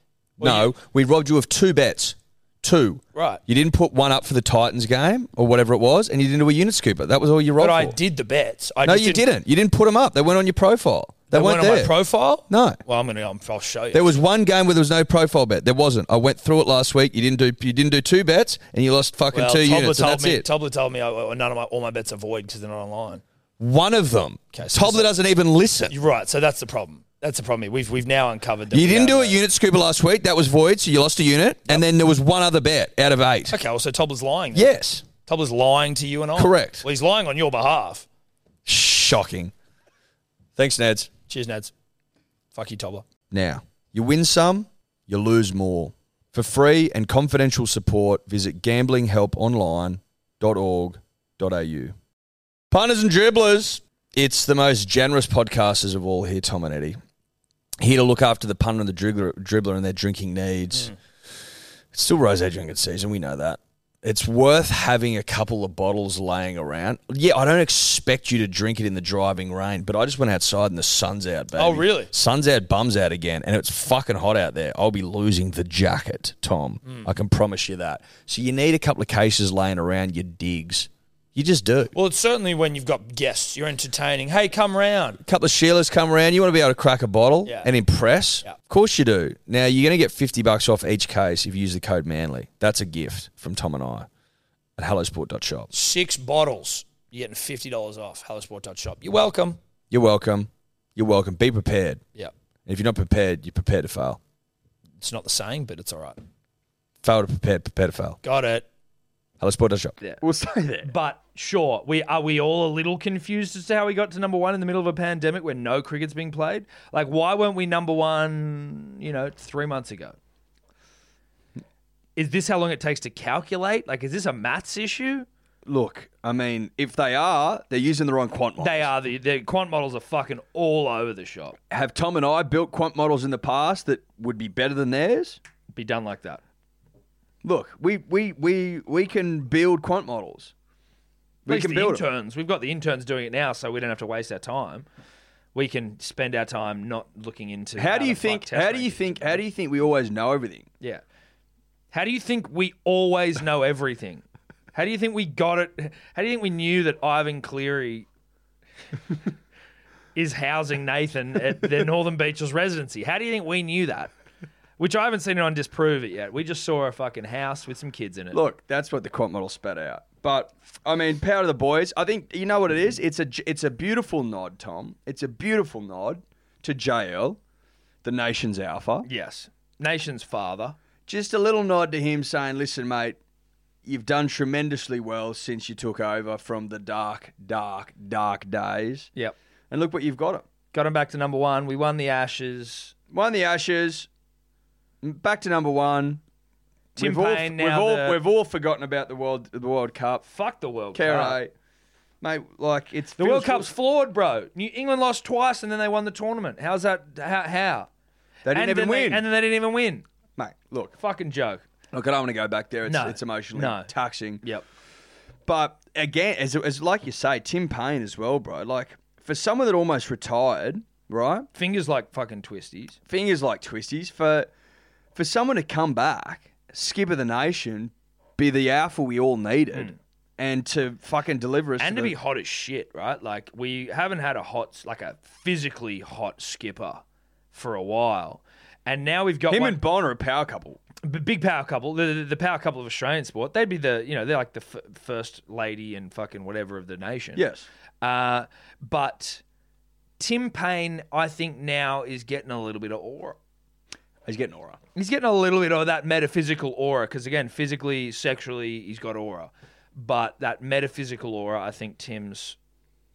no, we robbed you of two bets. Two. Right. You didn't put one up for the Titans game or whatever it was, and you didn't do a unit scooper. That was all you robbed But I for. did the bets. I no, just you didn't. You didn't put them up. They weren't on your profile. They, They weren't weren't there. on my profile. No. Well, I'm gonna. I'll show you. There was one game where there was no profile bet. There wasn't. I went through it last week. You didn't do. You didn't do two bets, and you lost fucking well, two Tobler units. And told that's me. it. Tobler told me I, I- none of my all my bets are void because they're not online. one of them. Okay, so Tobler it's- doesn't even listen. You're right. So that's the problem. That's the problem. here. We've we've now uncovered. That You we didn't are do a the- unit scuba last week. That was void, so you lost a unit. And then there was one other bet out of eight. Okay, well, so Tobler's lying. then. Yes. Tobler's lying to you and I. Correct. Well, he's lying on your behalf. Shocking. Thanks, Neds. Cheers, Nads. Fuck you, Tobler. Now, you win some, you lose more. For free and confidential support, visit gamblinghelponline.org.au. Punters and dribblers, it's the most generous podcasters of all here, Tom and Eddie. Here to look after the punter and the dribbler, dribbler and their drinking needs. Hmm. It's still rosé drinking season, we know that. It's worth having a couple of bottles laying around. Yeah, I don't expect you to drink it in the driving rain, but I just went outside and the sun's out, baby. Oh, really? Sun's out, bums out again, and it's fucking hot out there. I'll be losing the jacket, Tom. Hmm. I can promise you that. So you need a couple of cases laying around your digs. You just do. Well, it's certainly when you've got guests, you're entertaining. Hey, come round. A couple of Sheilas come around. You want to be able to crack a bottle Yeah. and impress? Yeah. Of course you do. Now you're going to get fifty bucks off each case if you use the code Manly. That's a gift from Tom and I at hellosport.shop. Six bottles. You're getting fifty dollars off. Hellosport.shop. You're welcome. You're welcome. You're welcome. Be prepared. Yeah. And if you're not prepared, you're prepared to fail. It's not the saying, but it's all right. Fail to prepare, prepare to fail. Got it. Hellosport.shop. We'll stay there. But sure, we are we all a little confused as to how we got to number one in the middle of a pandemic where no cricket's being played. Like, why weren't we number one? You know, three months ago. Is this how long it takes to calculate? Like, is this a maths issue? Look, I mean, if they are, they're using the wrong quant models. They are the, the quant models are fucking all over the shop. Have Tom and I built quant models in the past that would be better than theirs? Be done like that. Look, we we we we can build quant models. At We least can the build them. interns. We've got the interns doing it now, so we don't have to waste our time. We can spend our time not looking into. How do you the fuck think? test How do you rankings think? How do you think we always know everything? Yeah. How do you think we always know everything? How do you think we got it? How do you think we knew that Ivan *laughs* Cleary is housing Nathan at the Northern Beaches residency? How do you think we knew that? Which I haven't seen anyone disprove it yet. We just saw a fucking house with some kids in it. Look, that's what the quant model spat out. But I mean, power to the boys. I think you know what it is. It's a j- it's a beautiful nod, Tom. It's a beautiful nod to JL, the nation's alpha. Yes. Nation's father. Just a little nod to him saying, "Listen, mate, you've done tremendously well since you took over from the dark, dark, dark days. Yep. And look what you've got him. Got him back to number one. We won the Ashes. Won the Ashes. Back to number one. Tim we've Payne all, now we've all, the- we've all forgotten about the world, the World Cup. Fuck the World Cup. Kara, mate, like it's Ah. The World Cup's flawed, bro. New England lost twice and then they won the tournament. How's that? How? how? They didn't and even then win. They, and then they didn't even win. Mate, look, Fucking joke. look, I don't want to go back there. It's, No. it's emotionally No. taxing. Yep. But again, as, as like you say, Tim Payne as well, bro. Like for someone that almost retired, right? Fingers like fucking twisties. Fingers like twisties for for someone to come back, skipper the nation, be the alpha we all needed, and to fucking deliver us Hmm. And to the- be hot as shit, right? Like we haven't had a hot, like a physically hot skipper for a while, and now we've got him one, and Bon are a power couple. b- big power couple, the, the- the power couple of Australian sport. They'd be the, you know, they're like the f- first lady and fucking whatever of the nation. Yes. Uh, but Tim Payne, I think now is getting a little bit of aura. He's getting aura. He's getting a little bit of that metaphysical aura because, again, physically, sexually, he's got aura. But that metaphysical aura, I think Tim's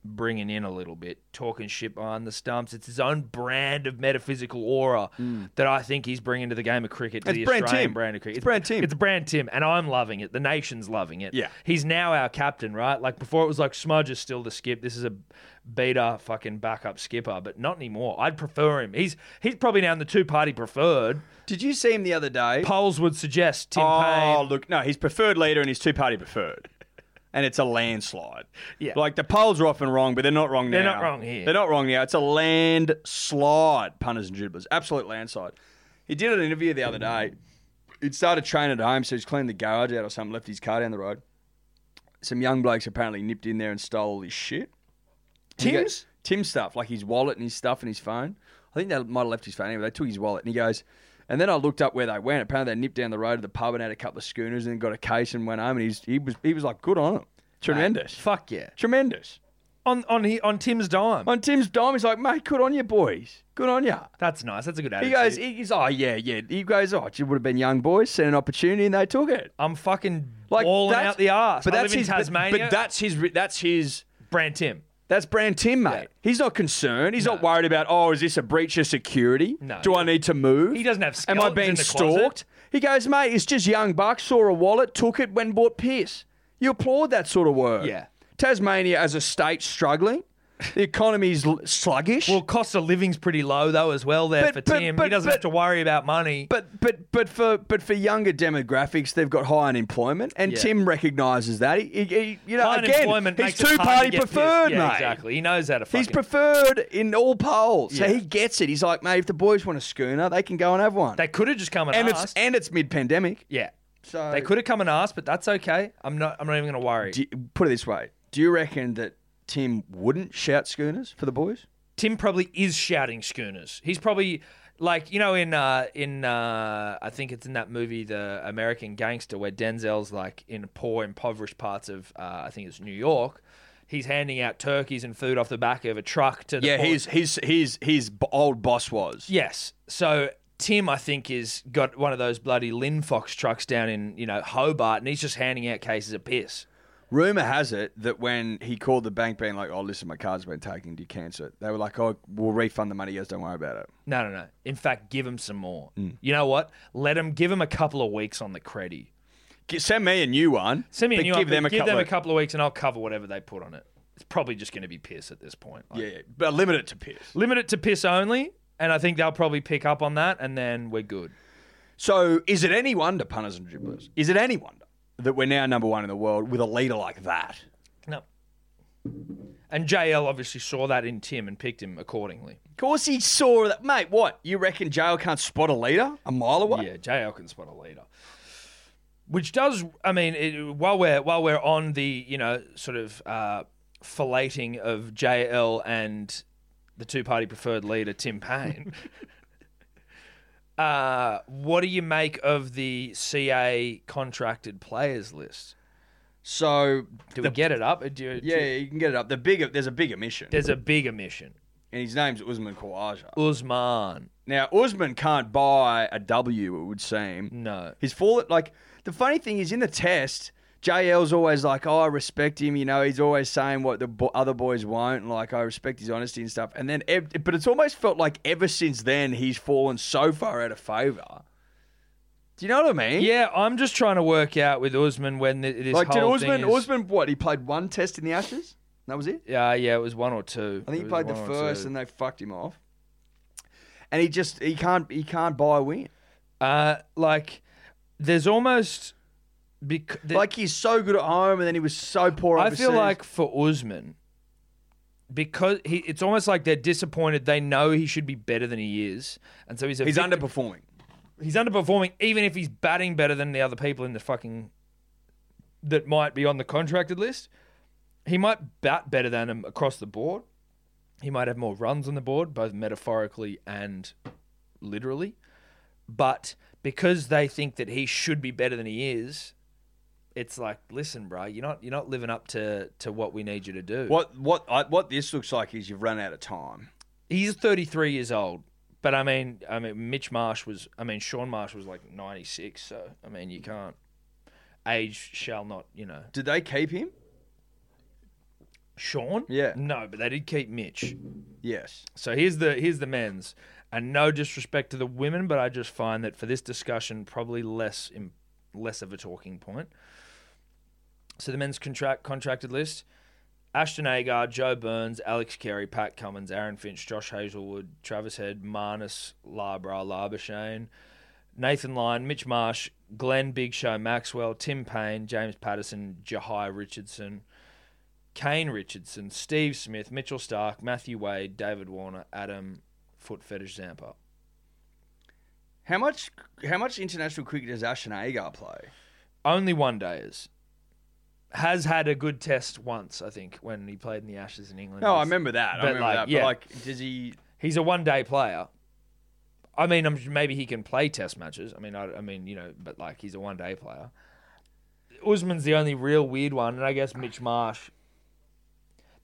bringing in a little bit, talking shit behind the stumps. It's his own brand of metaphysical aura that I think he's bringing to the game of cricket, to Mm. It's the brand Australian Tim. brand of cricket. It's brand Tim. It's brand Tim, and I'm loving it. The nation's loving it. Yeah. He's now our captain, right? Like before it was like Smudge is still the skip. This is a beta fucking backup skipper, but not anymore. I'd prefer him. He's he's probably now in the two party preferred Did you see him the other day? polls would suggest Tim oh, Payne. look, no, he's preferred leader and he's two party preferred. And it's a landslide. Yeah. Like the polls are often wrong, but they're not wrong They're now. not wrong here. They're not wrong now. It's a landslide, punters and dribblers. Absolute landslide. He did an interview the other day. He'd started training at home, so he's cleaned the garage out or something, left his car down the road. Some young blokes apparently nipped in there and stole all his shit. And he goes- Tim's? Tim's stuff, like his wallet and his stuff and his phone. I think they might have left his phone anyway. They took his wallet and he goes, and then I looked up where they went. Apparently they nipped down the road to the pub and had a couple of schooners and then got a case and went home. And he's, he was he was like, good on him, tremendous, Fuck yeah. tremendous. on on he, on Tim's dime. On Tim's dime, he's like, mate, good on you, boys. Good on you. That's nice. That's a good He attitude. goes, he- he's, oh, yeah, yeah. He goes, oh, it would have been young boys, seen an opportunity, and they took it. I'm fucking Like, balling that's- out the arse. But I that's live his, in but- Tasmania. But, that's his, re- that's his, brand Tim. that's brand Tim, mate. He's not concerned. He's not worried about, oh, is this a breach of security? No. Do I need to move? He doesn't have Am I skeletons being in the stalked? closet. He goes, mate, it's just young buck, saw a wallet, took it when bought piss. You applaud that sort of work. Yeah. Tasmania as a state struggling. The economy's l- sluggish. Well, cost of living's pretty low though as well there But- for but- Tim. he but- doesn't have but- to worry about money. But but but for but for younger demographics, they've got high unemployment, and Yeah. Tim recognises that. He, he- he- you know, High uh, again, unemployment he's makes it two hard to party get pissed. preferred, yeah, mate. Exactly. He knows how to fucking. He's preferred in all polls, so Yeah. he gets it. He's like, mate, if the boys want a schooner, they can go and have one. they could have just come and, and it's asked. and it's mid pandemic, yeah. so They could have come and asked, but that's okay. I'm not. I'm not even going to worry. Do you- put it this way: Do you reckon that Tim wouldn't shout schooners for the boys? Tim probably is shouting schooners. He's probably like you know in uh, in uh, I think it's in that movie The American Gangster where Denzel's like in poor impoverished parts of uh, I think it's New York. He's handing out turkeys and food off the back of a truck to the Yeah, poor- his his his his b- old boss was. Yes. So Tim, I think, is got one of those bloody Lynn Fox trucks down in you know Hobart, and he's just handing out cases of piss. Rumor has it that when he called the bank, being like, "Oh, listen, my card's been taken. Do you cancel it?" They were like, "Oh, we'll refund the money. Yes, don't worry about it." No, no, no. In fact, give him some more. You know what? Let him give him a couple of weeks on the credit. G- Send me a new one. Send me a but new give one, them a give couple. them of- a couple of weeks, and I'll cover whatever they put on it. It's probably just going to be piss at this point. Like, Yeah, yeah, but limit it to piss. Limit it to piss only, and I think they'll probably pick up on that, and then we're good. So, is it any wonder, punters and dribblers? Is it any wonder that we're now number one in the world with a leader like that? No. And JL obviously saw that in Tim and picked him accordingly. Of course, he saw that, mate. What you reckon? Jail can't spot a leader a mile away. Yeah, JL can spot a leader. Which does, I mean, it, while we're while we're on the you know sort of uh, filleting of JL and the two party preferred leader Tim *laughs* Payne, uh, what do you make of the CA contracted players list? So, Do we get it up? Do you- do yeah, you- you can get it up. The bigger, there's a big omission, there's a big omission. and his name's Usman Khawaja. Usman, Now, Usman can't buy a W. It would seem. no, His fall, like the funny thing is, in the test, JL's always like, "Oh, I respect him." You know, he's always saying what the bo- other boys won't. Like, I respect his honesty and stuff. And then, ev- but it's almost felt like ever since then he's fallen so far out of favor. Do you know what I mean? yeah, I'm just trying to work out with Usman when th- this Like, did whole Usman? thing is, Usman, what? He played one test in the Ashes. That was it. Yeah, Uh, yeah, it was one or two. I think It he was played the one or first, two. and they fucked him off. And he just he can't he can't buy a win. Uh, like, there's almost bec- the- Like he's so good at home, and then he was so poor. I feel overseas. like for Usman, because he, it's almost like they're disappointed. They know he should be better than he is, and so he's a he's victim- underperforming. he's underperforming, even if he's batting better than the other people in the fucking that might be on the contracted list. He might bat better than him across the board. He might have more runs on the board, both metaphorically and literally. But because they think that he should be better than he is, it's like, listen, bro, you're not you're not living up to to what we need you to do. What what I, what this looks like is you've run out of time. he's 33 years old but i mean i mean mitch marsh was i mean sean marsh was like 96 so i mean you can't age shall not you know Did they keep him? sean Yeah. no but they did keep mitch Yes. so here's the here's the men's and no disrespect to the women but i just find that for this discussion probably less im- less of a talking point so the men's contract contracted list Ashton Agar, Joe Burns, Alex Carey, Pat Cummins, Aaron Finch, Josh Hazelwood, Travis Head, Marnus Labra, Labashane, Nathan Lyon, Mitch Marsh, Glenn Big Show Maxwell, Tim Payne, James Patterson, Jahai Richardson, Kane Richardson, Steve Smith, Mitchell Stark, Matthew Wade, David Warner, Adam Foot Fetish Zampa. How much how much international cricket does Ashton Agar play? Only one dayers. Has had a good test once, I think, when he played in the Ashes in England. No, I He's- remember that. I But remember like, that. yeah. But like, does he? he's a one day player. I mean, I'm, maybe he can play test matches. I mean, I, I mean, you know, but like he's a one day player. Usman's the only real weird one, and I guess Mitch Marsh.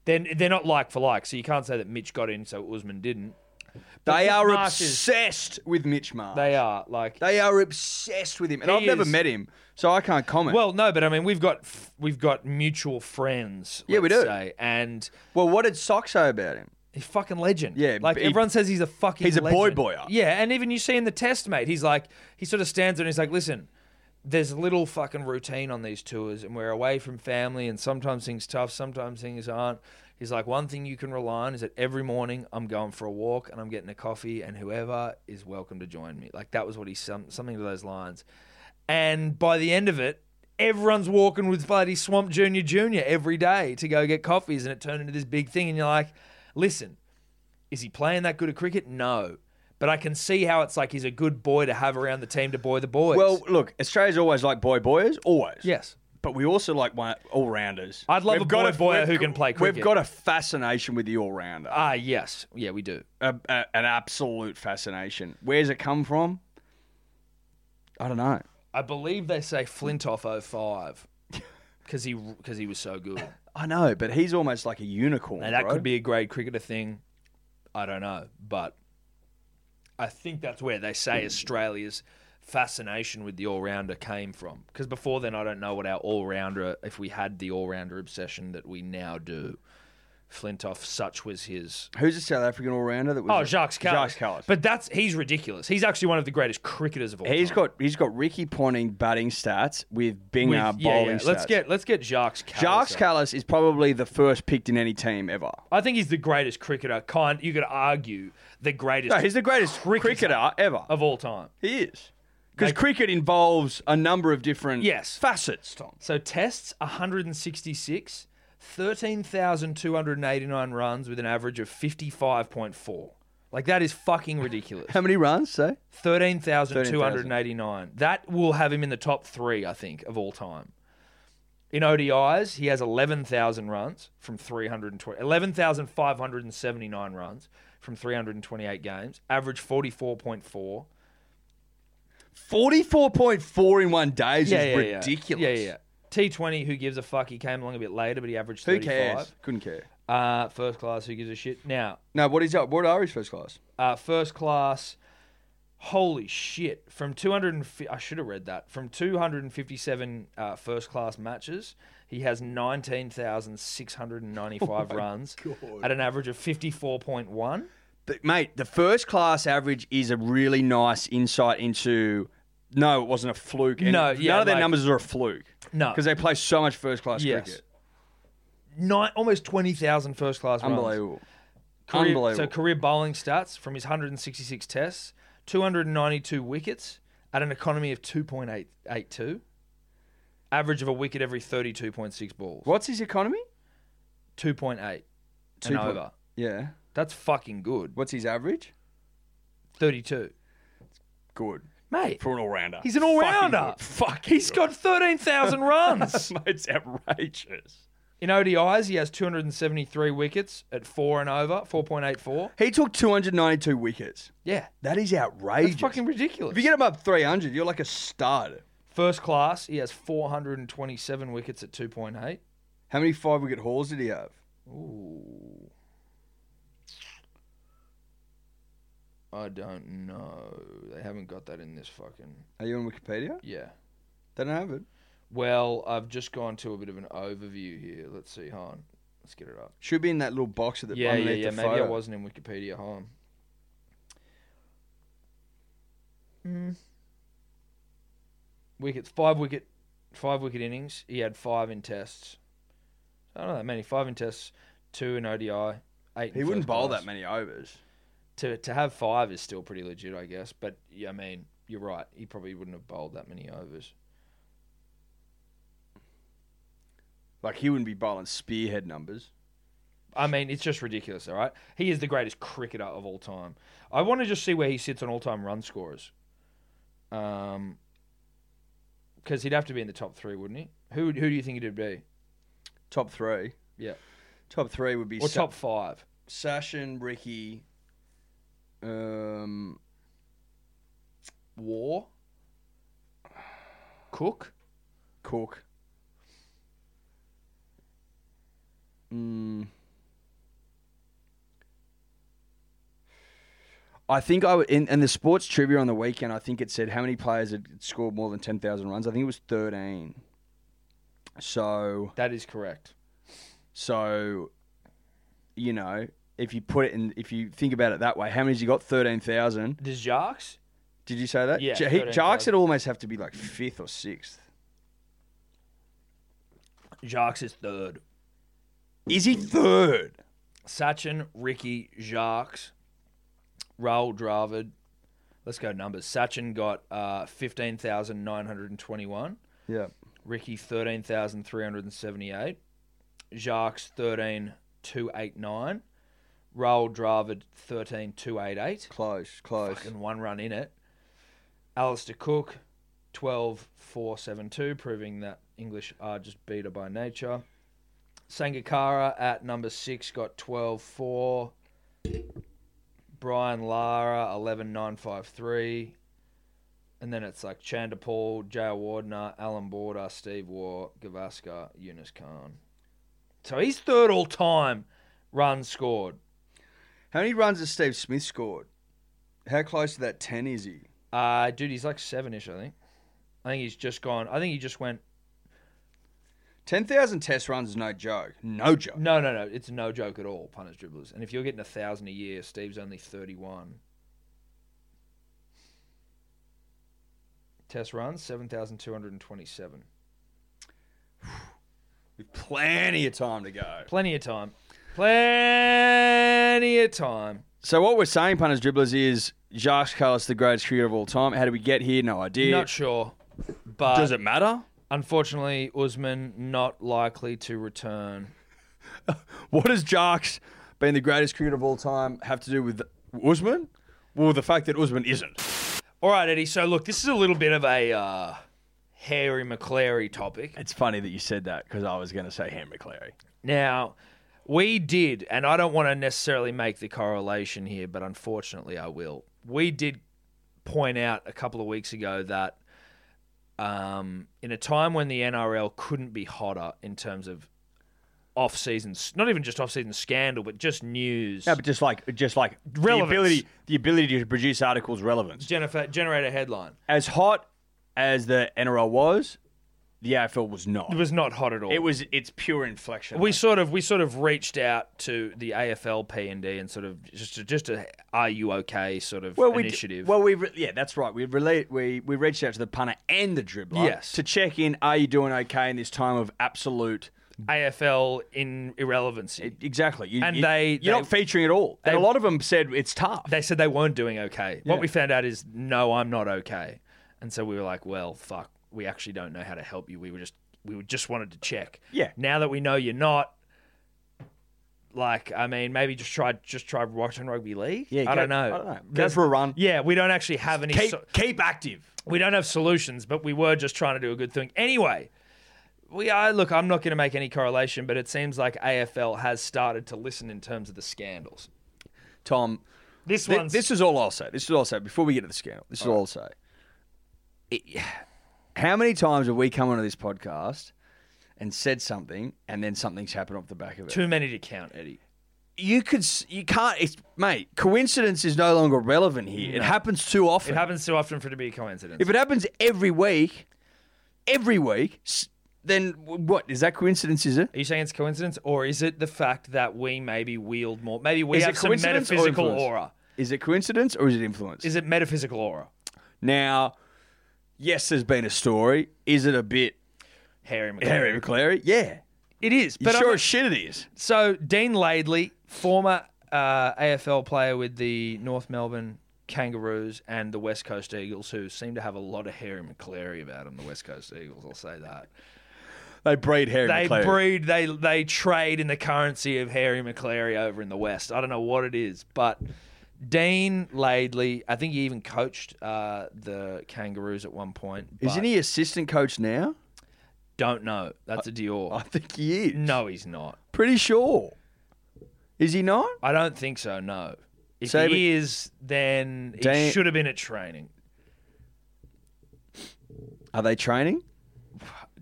Then they're not like for like, so you can't say that Mitch got in, so Usman didn't. But They Mitch are Marsh is- obsessed with Mitch Marsh. They are like They are obsessed with him, and He I've never is- met him, so I can't comment. Well, no, but I mean, we've got f- we've got mutual friends. Yeah, we let's do. say, and well, what did Sock say about him? he's a fucking legend. Yeah, like he- everyone says, he's a fucking. He's a boy legend. boyer. Yeah, and even you see in the test, mate, he's like he sort of stands there and he's like, listen. There's a little fucking routine on these tours, and we're away from family, and sometimes things tough, sometimes things aren't. He's like, one thing you can rely on is that every morning I'm going for a walk and I'm getting a coffee, and whoever is welcome to join me. Like that was what he some something to those lines. And by the end of it, everyone's walking with bloody Swamp Junior Junior every day to go get coffees, and it turned into this big thing. And you're like, listen, is he playing that good at cricket? No. But I can see how it's like he's a good boy to have around the team to boy the boys. Well, look, Australia's always like boy boyers, always. yes. But we also like one all rounders. I'd love a boy boyer who can play cricket. We've got a fascination with the all rounder, Ah, yes. Yeah, we do. a, a- an absolute fascination. Where's it come from? I don't know. I believe they say Flintoff 05 because he, cause he was so good. I know, but he's almost like a unicorn. And that bro. could be a grade cricketer thing. I don't know. But I think that's where they say Australia's fascination with the all rounder came from. Because before then, I don't know what our all rounder, if we had the all rounder obsession that we now do. Flintoff, such was his. Who's a South African all rounder that was? Oh, Jacques Callis. Jacques Callis. But that's he's ridiculous. He's actually one of the greatest cricketers of all He's time. got he's got Ricky Ponting batting stats with With- Binger yeah, bowling yeah. stats. Let's get let's get Jacques Callis. Jacques up. Callis is probably the first picked in any team ever. I think he's the greatest cricketer. Kind you could argue the greatest No, he's the greatest cricketer ever. of all time. He is. Because cricket involves a number of different Yes. facets, Tom. So tests 166, 13,289 runs with an average of 55.4. Like that is fucking ridiculous. How many runs, say? 13,289. That will have him in the top 3, I think, of all time. In ODIs, he has 11,000 runs from 320 11,579 runs from 328 games, average 44.4. 44.4 in one day is ridiculous. Yeah, yeah. T20, who gives a fuck? He came along a bit later, but he averaged Who 35. cares? Couldn't care. Uh, first class, who gives a shit? Now, No, what is up? What are his first class? uh, first class, holy shit. From 250, I should have read that. From 257 uh, first class matches, he has 19,695 runs at an average of 54.1. But, mate, the first class average is a really nice insight into. No, it wasn't a fluke. and No, none yeah, of their like- numbers are a fluke. No. because they play so much first class Yes. cricket. Nine, almost 20,000 first class runs. Unbelievable. Career- Unbelievable. So career bowling stats from his 166 tests, 292 wickets at an economy of 2.882, average of a wicket every 32.6 balls, What's his economy? 2.8 Two and point- over. Yeah. That's fucking good. What's his average? 32, *laughs* Good mate. for an all rounder. He's an all rounder. Fuck. He's got *laughs* 13,000 runs. It's outrageous. In ODIs, he has 273 wickets at four and over, 4.84. He took 292 wickets. Yeah, That is outrageous. it's fucking ridiculous. if you get him up 300, you're like a stud. First class, he has 427 wickets at 2.8. How many five wicket hauls did he have? Ooh. I don't know. They haven't got that in this fucking. Are you on Wikipedia? Yeah. They don't have it. Well, I've just gone to a bit of an overview here. Let's see, hon. Let's get it up. Should be in that little box at the Yeah, yeah, underneath yeah. the Maybe I photo. wasn't in Wikipedia, hon. Mm. Wickets, five wicket, five wicket innings. He had five in tests. I don't know that many. Five in tests, two in ODI, eight. He in wouldn't first bowl class. that many overs. to to have five is still pretty legit, I guess. But yeah, I mean, you're right. He probably wouldn't have bowled that many overs. Like he wouldn't be bowling spearhead numbers. I mean, it's just ridiculous. All right, he is the greatest cricketer of all time. I want to just see where he sits on all-time run scorers. Um, because he'd have to be in the top three, wouldn't he? Who who do you think he'd be? Top three. Yeah, Top three would be or Sa- top five? Sashin, Ricky, um, War. Cook. Cook. Mm, I think I would, in, and the sports trivia on the weekend, I think it said how many players had scored more than 10,000 runs. I think it was 13. So, That is correct. so, you know, if you put it in, if you think about it that way, how many's you got? 13,000. Does Jacques? Did you say that? Yeah, Ja- he- 13,000. Jarks would almost have to be like fifth or sixth. Jacques is third. Is he third? Sachin, Ricky, Jacques, Raul Dravid. Let's go numbers. Sachin got uh, 15,921. Yeah. Ricky, 13,378. Jacques, 13,289. Raul Dravid, 13,288. Close, close. Fucking one run in it. Alistair Cook, 12,472, proving that English are just beater by nature. Sangakara at number six got 12,4. Brian Lara, 11,953. And then it's like Chanda Paul, J.R. Wardner, Alan Border, Steve Waugh, Gavaskar, Yunus Khan. So he's third all time run scored. How many runs has Steve Smith scored? How close to that 10 is he? Uh, dude, he's like seven ish, I think. I think he's just gone. I think he just went. 10,000 test runs is no joke. No Oh. joke. No, no, no. It's no joke at all, punters, dribblers. And if you're getting a thousand a year, Steve's only 31. Test runs, 7,227. Plenty of time to go. Plenty of time. Plenty of time. So what we're saying, punters, dribblers, is Josh Carlos, the greatest creator of all time. How did we get here? No idea. Not sure. But Does it matter? unfortunately, Usman not likely to return. what does Jarks being the greatest creator of all time have to do with Usman? Well, the fact that Usman isn't. All right, Eddie. So, look, this is a little bit of a uh, Harry McClary topic. It's funny that you said that because I was going to say Ham McClary. Now, we did, and I don't want to necessarily make the correlation here, but unfortunately I will. We did point out a couple of weeks ago that um, in a time when the NRL couldn't be hotter in terms of off-season, not even just off-season scandal, but just news. No, but just like just like Relevance. the ability, the ability to produce articles relevance. Jennifer, generate a headline. As hot as the NRL was, the AFL was It not. was not hot at all. It was its pure inflection. we sort of we sort of reached out to the AFL P and D and sort of just a, just a are you okay sort of we d- initiative. well, we re- yeah, that's right. We relate. We we reached out to the punter and the dribbler. Yes. To check in, are you doing okay in this time of absolute? AFL in irrelevancy. Exactly. You, And you- they- you're not they- featuring at all. and they- a lot of them said it's tough. they said they weren't doing okay. Yeah. What we found out is, no, I'm not okay. And so we were like, well, fuck, we actually don't know how to help you. We were just, we were just wanted to check. Yeah. Now that we know you're not, like, I mean, maybe just try, just try watching rugby league. Yeah, I go- don't know. I don't know. Go There's- for a run. Yeah, we don't actually have any. keep so- keep active. we don't have solutions, but we were just trying to do a good thing. Anyway, we are look, I'm not going to make any correlation, but it seems like AFL has started to listen in terms of the scandals. Tom, This Th- one's this is all I'll say. This is all I'll say before we get to the scandal. This is all I'll say. It- *sighs* how many times have we come onto this podcast and said something, and then something's happened off the back of it? too many to count, Eddie. You could, s- you can't, it's, mate. Coincidence is no longer relevant here. It happens too often. It happens too often for it to be a coincidence. if it happens every week, every week, s- then w- what is that coincidence? Is it? Are you saying it's coincidence, or is it the fact that we maybe wield more? Maybe we Is have it some coincidence or metaphysical influence? aura. Is it coincidence or is it influence? Is it metaphysical aura? now, yes, there's been a story. Is it a bit Harry McClary. Harry McClary? Yeah, It is. but But I'm sure not- as shit it is. so Dean Laidley, former uh, AFL player with the North Melbourne Kangaroos and the West Coast Eagles, who seem to have a lot of Harry McClary about them. The West Coast Eagles, I'll say that. They breed Harry They McClary. breed, they they trade in the currency of Harry McClary over in the West. I don't know what it is, but Dean Laidley, I think he even coached uh, the Kangaroos at one point. Isn't but he assistant coach now? Don't know. That's a Dior. I think he is. no, he's not. Pretty sure. Is he not? I don't think so. No. If So, but- he is, then he Dean- should have been at training. Are they training?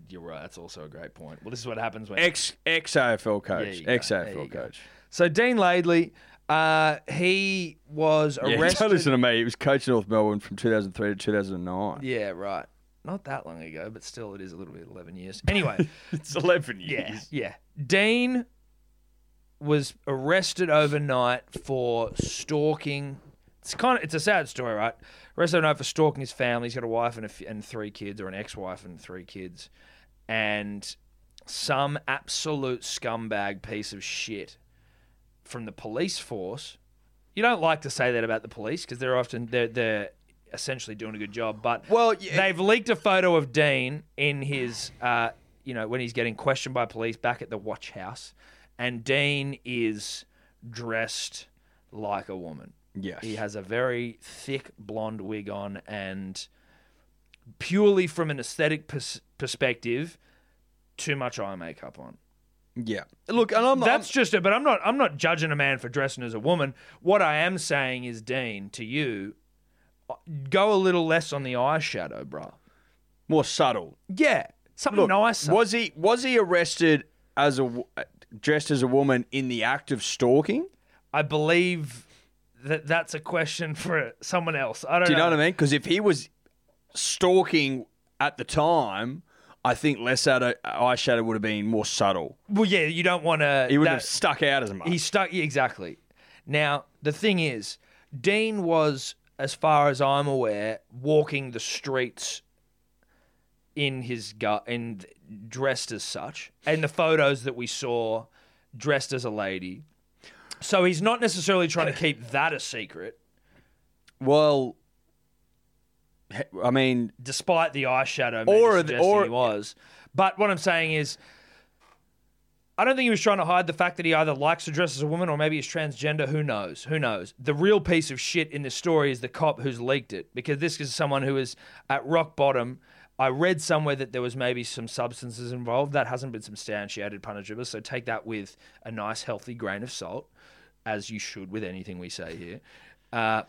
You're right. That's also a great point. Well, this is what happens when Ex ex AFL There coach. you go, Ex there you AFL go. coach. So Dean Laidley, Uh, he was Yeah, arrested. don't listen to me. He was coach North Melbourne from 2003 to 2009. Yeah, right. Not that long ago, but still, it is a little bit 11 years. Anyway, It's 11 yeah, yeah. Dean was arrested overnight for stalking. It's kind of it's a sad story, right? Arrested overnight for stalking his family. He's got a wife and a f- and three kids, or an ex-wife and three kids, and some absolute scumbag piece of shit from the police force. You don't like to say that about the police because they're often they're they're essentially doing a good job, but Well, yeah. they've leaked a photo of Dean in his uh, you know when he's getting questioned by police back at the watch house, and Dean is dressed like a woman. Yes. He has a very thick blonde wig on, and purely from an aesthetic pers- perspective, too much eye makeup on. Yeah. Look, and I'm not. That's just it. But I'm not. I'm not judging a man for dressing as a woman. What I am saying is, Dean, to you, uh, go a little less on the eyeshadow, bro. more subtle. Yeah, something nice. Was he was he arrested as a w- dressed as a woman in the act of stalking? I believe that that's a question for someone else. I don't. Do you know what I mean? Because if he was stalking at the time, I think less out of eyeshadow would have been more subtle. Well, yeah, you don't want to. He would have stuck out as much. He stuck yeah, exactly. Now the thing is, Dean was, as far as I'm aware, walking the streets in his gut and dressed as such, and the photos that we saw, dressed as a lady. So he's not necessarily trying to keep that a secret, well, he- I mean, despite the eyeshadow Or- or suggesting or- he was. But what I'm saying is. I don't think he was trying to hide the fact that he either likes to dress as a woman or maybe he's transgender. Who knows? Who knows? The real piece of shit in this story is the cop who's leaked it because this is someone who is at rock bottom. I read somewhere that there was maybe some substances involved that hasn't been substantiated, punishable. So take that with a nice, healthy grain of salt, as you should with anything we say here. Uh,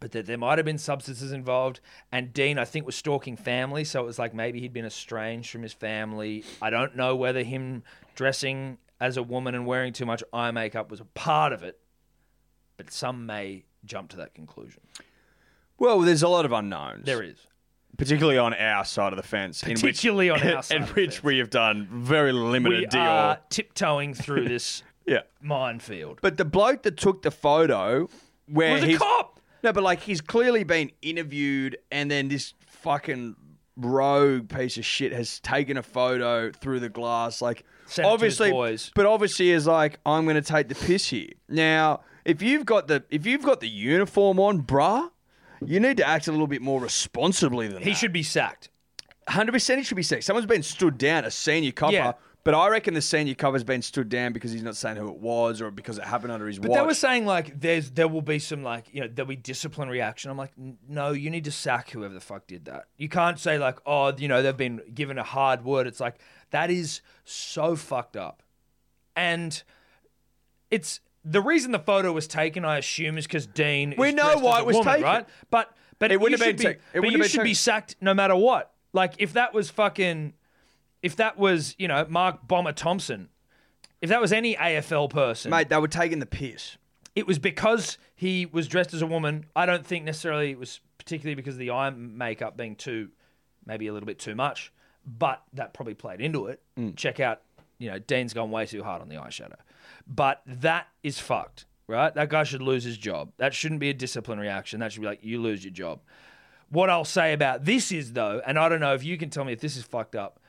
but that there might have been substances involved. And Dean, I think, was stalking family, so it was like maybe he'd been estranged from his family. I don't know whether him dressing as a woman and wearing too much eye makeup was a part of it, but some may jump to that conclusion. well, there's a lot of unknowns. There is. particularly on our side of the fence, Particularly in on *laughs* which, our side in of the which fence. we have done very limited We deal. are tiptoeing through this *laughs* yeah, minefield. but the bloke that took the photo, where was a he's- cop. no, but like he's clearly been interviewed, and then this fucking rogue piece of shit has taken a photo through the glass, like Sent it to his obviously, boys. but obviously is like I'm going to take the piss here. Now, if you've got the if you've got the uniform on, bruh. You need to act a little bit more responsibly than that. He should be sacked. Hundred percent, it should be sacked. Someone's been stood down, a senior copper. Yeah. But I reckon the senior copper's been stood down because he's not saying who it was or because it happened under his But watch. they were saying like there's there will be some like you know there'll be disciplinary action. I'm like "N- no, you need to sack whoever the fuck did that. You can't say like oh you know they've been given a hard word. It's like that is so fucked up, and it's the reason the photo was taken. I assume is because Dean. We is know dressed why as a it was woman, taken. right? But but It wouldn't you have should been be- ta- it But wouldn't you have been should be taken. sacked no matter what. Like if that was fucking, if that was you know Mark Bomber Thompson. If that was any AFL person, mate, they were taking the piss. it was because he was dressed as a woman. I don't think necessarily it was particularly because of the eye makeup being too, maybe a little bit too much, but that probably played into it. Check out, you know, Dean's gone way too hard on the eyeshadow. But that is fucked, right? That guy should lose his job. That shouldn't be a disciplinary action. That should be like, you lose your job. What I'll say about this is, though, and I don't know if you can tell me if this is fucked up,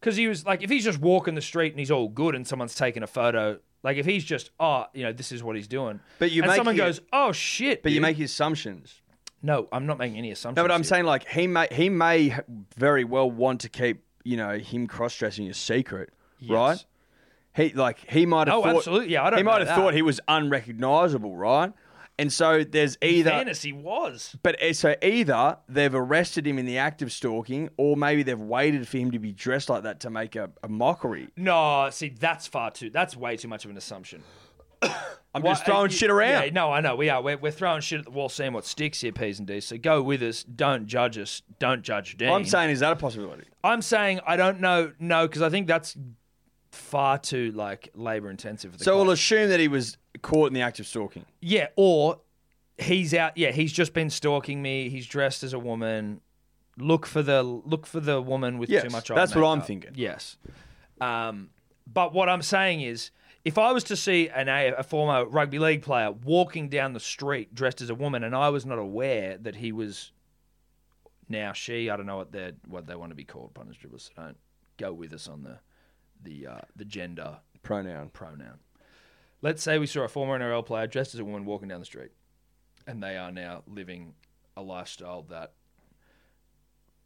because he was like, if he's just walking the street and he's all good and someone's taking a photo, like if he's just, oh, you know, this is what he's doing. But you're and someone making it- goes, oh shit. But you dude." make assumptions. no, I'm not making any assumptions. No, but I'm here. saying like he may he may ha- very well want to keep you know him cross dressing a secret, right? He like he might have Oh, thought absolutely. Yeah, I don't he know might have that. thought he was unrecognizable, right? And so there's either fantasy was. But eh, so either they've arrested him in the act of stalking, or maybe they've waited for him to be dressed like that to make a, a mockery. No, see, that's far too. That's way too much of an assumption. I'm Why- eh, just throwing you- shit around. Yeah, no, I know we are. We're, we're throwing shit at the wall, seeing what sticks here, P's and D's. So go with us. Don't judge us. Don't judge Dean. I'm saying, is that a possibility? I'm saying I don't know. No, because I think that's far too like labor intensive. For the So cop. we'll assume that he was caught in the act of stalking. Yeah, or he's out. Yeah, he's just been stalking me. He's dressed as a woman. Look for the look for the woman with Yes, too much. eye that's what I'm makeup. thinking. Yes, um, but what I'm saying is, if I was to see an a, a former rugby league player walking down the street dressed as a woman, and I was not aware that he was now she, I don't know what they what they want to be called. Punters dribblers, so don't go with us on the the uh, the gender Pronoun. pronoun. Let's say we saw a former NRL player dressed as a woman walking down the street, and they are now living a lifestyle that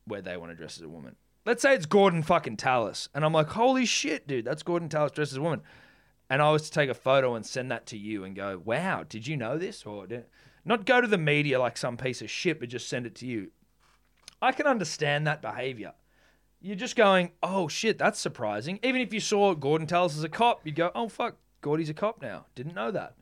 where they want to dress as a woman. Let's say it's Gordon fucking Tallis, and I'm like, holy shit, dude, that's Gordon Tallis dressed as a woman. And I was to take a photo and send that to you and go, wow, did you know this? Or did... not go to the media like some piece of shit, but just send it to you. I can understand that behavior you're just going, oh shit, that's surprising. Even if you saw Gordon Tallis as a cop, you'd go, oh fuck, Gordy's a cop now. Didn't know that.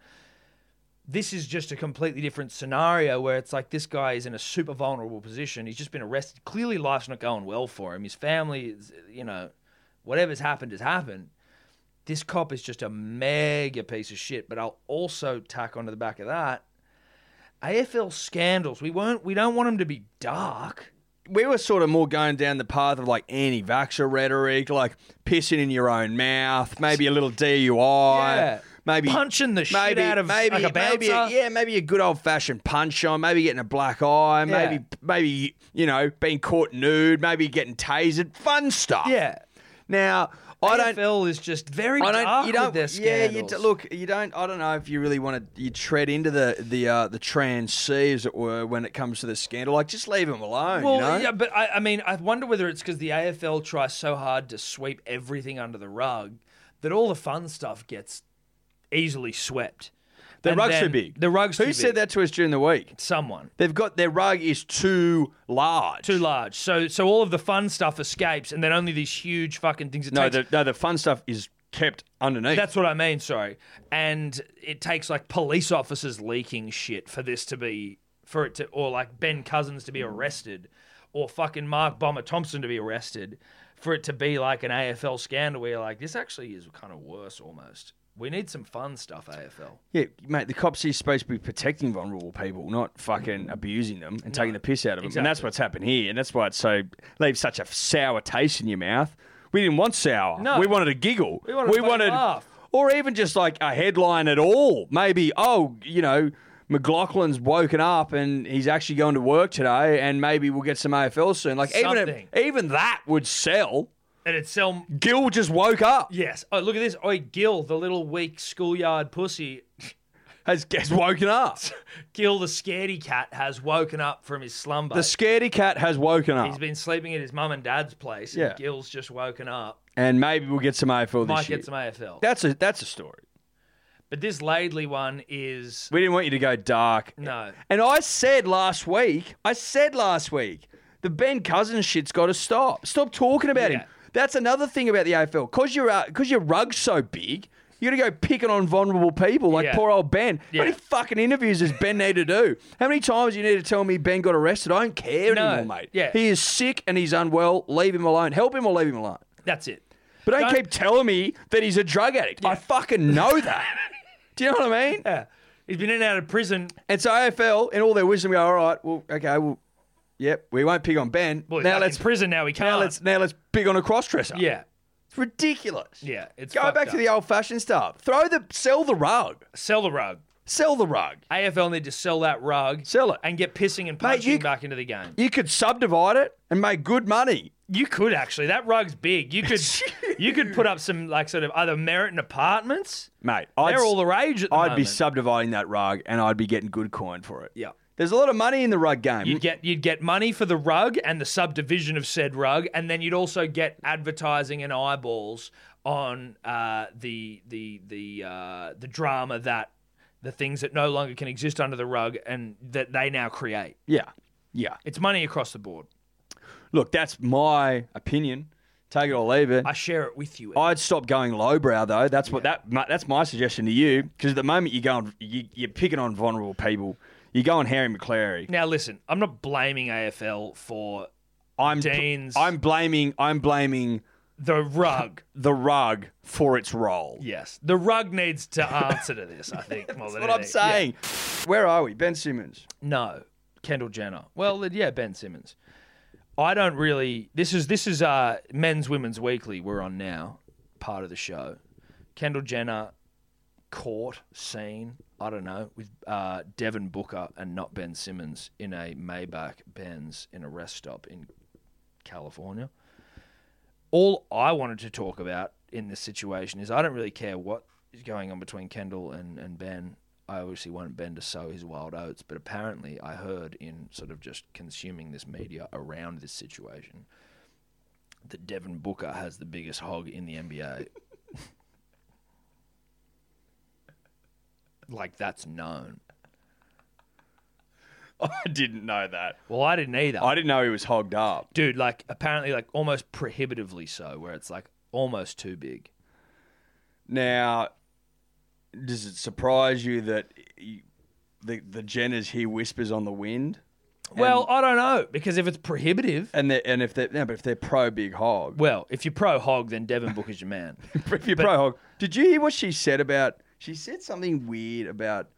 This is just a completely different scenario where it's like this guy is in a super vulnerable position. He's just been arrested. Clearly, life's not going well for him. His family is, you know, whatever's happened has happened. This cop is just a mega piece of shit. But I'll also tack onto the back of that AFL scandals. We weren't. We don't want them to be dark. we were sort of more going down the path of like anti-vaxxer rhetoric, like pissing in your own mouth, maybe a little DUI, Yeah. maybe Punching the shit out of, like, a maybe bouncer. yeah, maybe a good old-fashioned punch on, maybe getting a black eye, maybe maybe you know being caught nude, maybe getting tasered, fun stuff. Yeah. Now I don't. AFL is just very I don't. dark You with don't. their yeah. You scandals. d- look. You don't. I don't know if you really want to. You tread into the the uh, the trans sea, as it were, when it comes to the scandal. Like just leave them alone. Well, you know? yeah, but I, I mean, I wonder whether it's because the AFL tries so hard to sweep everything under the rug that all the fun stuff gets easily swept. The And rug's too then- big. The rug's Who too said big. that to us during the week? Someone They've got their rug is too large. too large. So, so all of the fun stuff escapes, and then only these huge fucking things. It No, takes the, no, the fun stuff is kept underneath. That's what I mean, sorry. And it takes like police officers leaking shit for this to be for it to or like Ben Cousins to be arrested or fucking Mark Bomber Thompson to be arrested for it to be like an AFL scandal where you're like this actually is kind of worse almost. We need some fun stuff AFL. yeah, mate. The cops is supposed to be protecting vulnerable people, not fucking abusing them and taking the piss out of them. And that's exactly. what's happened here. And that's why it's so leaves such a sour taste in your mouth. We didn't want sour. No. we wanted a giggle. We wanted a fucking laugh. or even just like a headline at all. Maybe oh, you know. McLaughlin's woken up and he's actually going to work today, and maybe we'll get some AFL soon. Like even Something. if, even that would sell. And it's sell Gil just woke up. Yes. Oh, look at this. Oi, Gil, the little weak schoolyard pussy. Has, has woken up. *laughs* Gil, the scaredy cat, has woken up from his slumber. The scaredy cat has woken He's up. been sleeping at his mum and dad's place, Yeah. and Gil's just woken up. and maybe we'll get some AFL Might this year. get some AFL. that's a that's a story. but this Laidley one is We didn't want you to go dark. no. And I said last week, I said last week, the Ben Cousins shit's got to stop. Stop talking about Yeah. him. That's another thing about the AFL. Cause you're cause your rug's so big, you got to go picking on vulnerable people like Yeah. poor old Ben. Yeah. How many fucking interviews does Ben need to do? How many times you need to tell me Ben got arrested? I don't care No. anymore, mate. Yeah. He is sick and he's unwell. Leave him alone. Help him or leave him alone. That's it. But don't, Don't- *laughs* keep telling me that he's a drug addict. I fucking know that. Do you know what I mean? Yeah. He's been in and out of prison. And so AFL, in all their wisdom, go, all right, well, okay, well, yep, we won't pick on Ben. Well, he's now back let's in prison. Now he can't. now let's now let's pick on a crossdresser. yeah. it's ridiculous. Yeah, it's go fucked back up. to the old fashioned stuff. Throw the sell the rug, Sell the rug. sell the rug. AFL need to sell that rug. Sell it. and get pissing and Mate, punching you- back into the game. You could subdivide it and make good money. You could actually. That rug's big. You *laughs* could. you could put up some like sort of other Meriton apartments. Mate, They're all the rage at the I'd be moment. subdividing that rug and I'd be getting good coin for it. Yeah. There's a lot of money in the rug game. You'd get you'd get money for the rug and the subdivision of said rug, and then you'd also get advertising and eyeballs on uh, the the the uh, the drama that the things that no longer can exist under the rug and that they now create. yeah. Yeah. It's money across the board. Look, that's my opinion. Take it or leave it. I share it with you. I'd stop going lowbrow though. That's what that my, that's my suggestion to you because at the moment you go on, you, you're picking on vulnerable people. You go on Harry McClary. now listen, I'm not blaming AFL for I'm Danes. I'm blaming I'm blaming the rug. the rug for its role. Yes, the rug needs *laughs* to answer to this. I think. More than That's what I'm anything. Yeah. saying. Where are we? *laughs* Ben Simmons. No, Kendall Jenner. Well, then, yeah, Ben Simmons. I don't really. This is this is uh, men's women's weekly. We're on now, part of the show. Kendall Jenner caught scene. I don't know with uh, Devin Booker and not Ben Simmons in a Maybach Benz in a rest stop in California. All I wanted to talk about in this situation is I don't really care what is going on between Kendall and, and Ben. I obviously want Ben to sow his wild oats, but apparently I heard in sort of just consuming this media around this situation that Devin Booker has the biggest hog in the NBA. *laughs* like that's known. I didn't know that. Well, I didn't either. I didn't know he was hogged up. dude like apparently like almost prohibitively so where it's like almost too big Now, does it surprise you that he, the the Jenners hear whispers on the wind? well i don't know because if it's prohibitive And they and if they no, but if they're pro big *laughs* hog, well if you're pro hog then devin booker's your *laughs* man if you're pro hog, did you hear what she said about? She said something weird about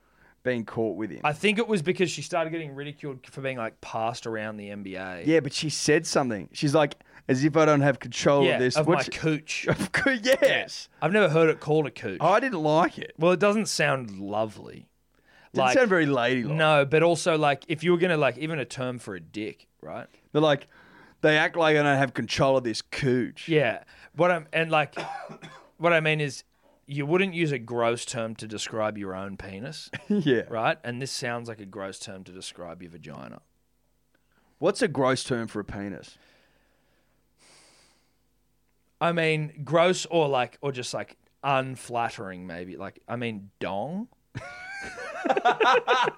being caught with him. i think it was because she started getting ridiculed for being like passed around the nba yeah, but she said something. She's like, as if I don't have control Yeah, of this. of What's- my cooch *laughs* Of course, yes. i've never heard it called a cooch I didn't like it. well it doesn't sound lovely Didn't like sound very ladylike. no but also like if you were gonna like even a term for a dick right They're like, they act like I don't have control of this cooch. Yeah. What I'm and like *coughs* what I mean is you wouldn't use a gross term to describe your own penis, *laughs* *laughs* yeah. right? And this sounds like a gross term to describe your vagina. What's a gross term for a penis? I mean, gross or like or just like unflattering maybe. Like I mean dong. *laughs*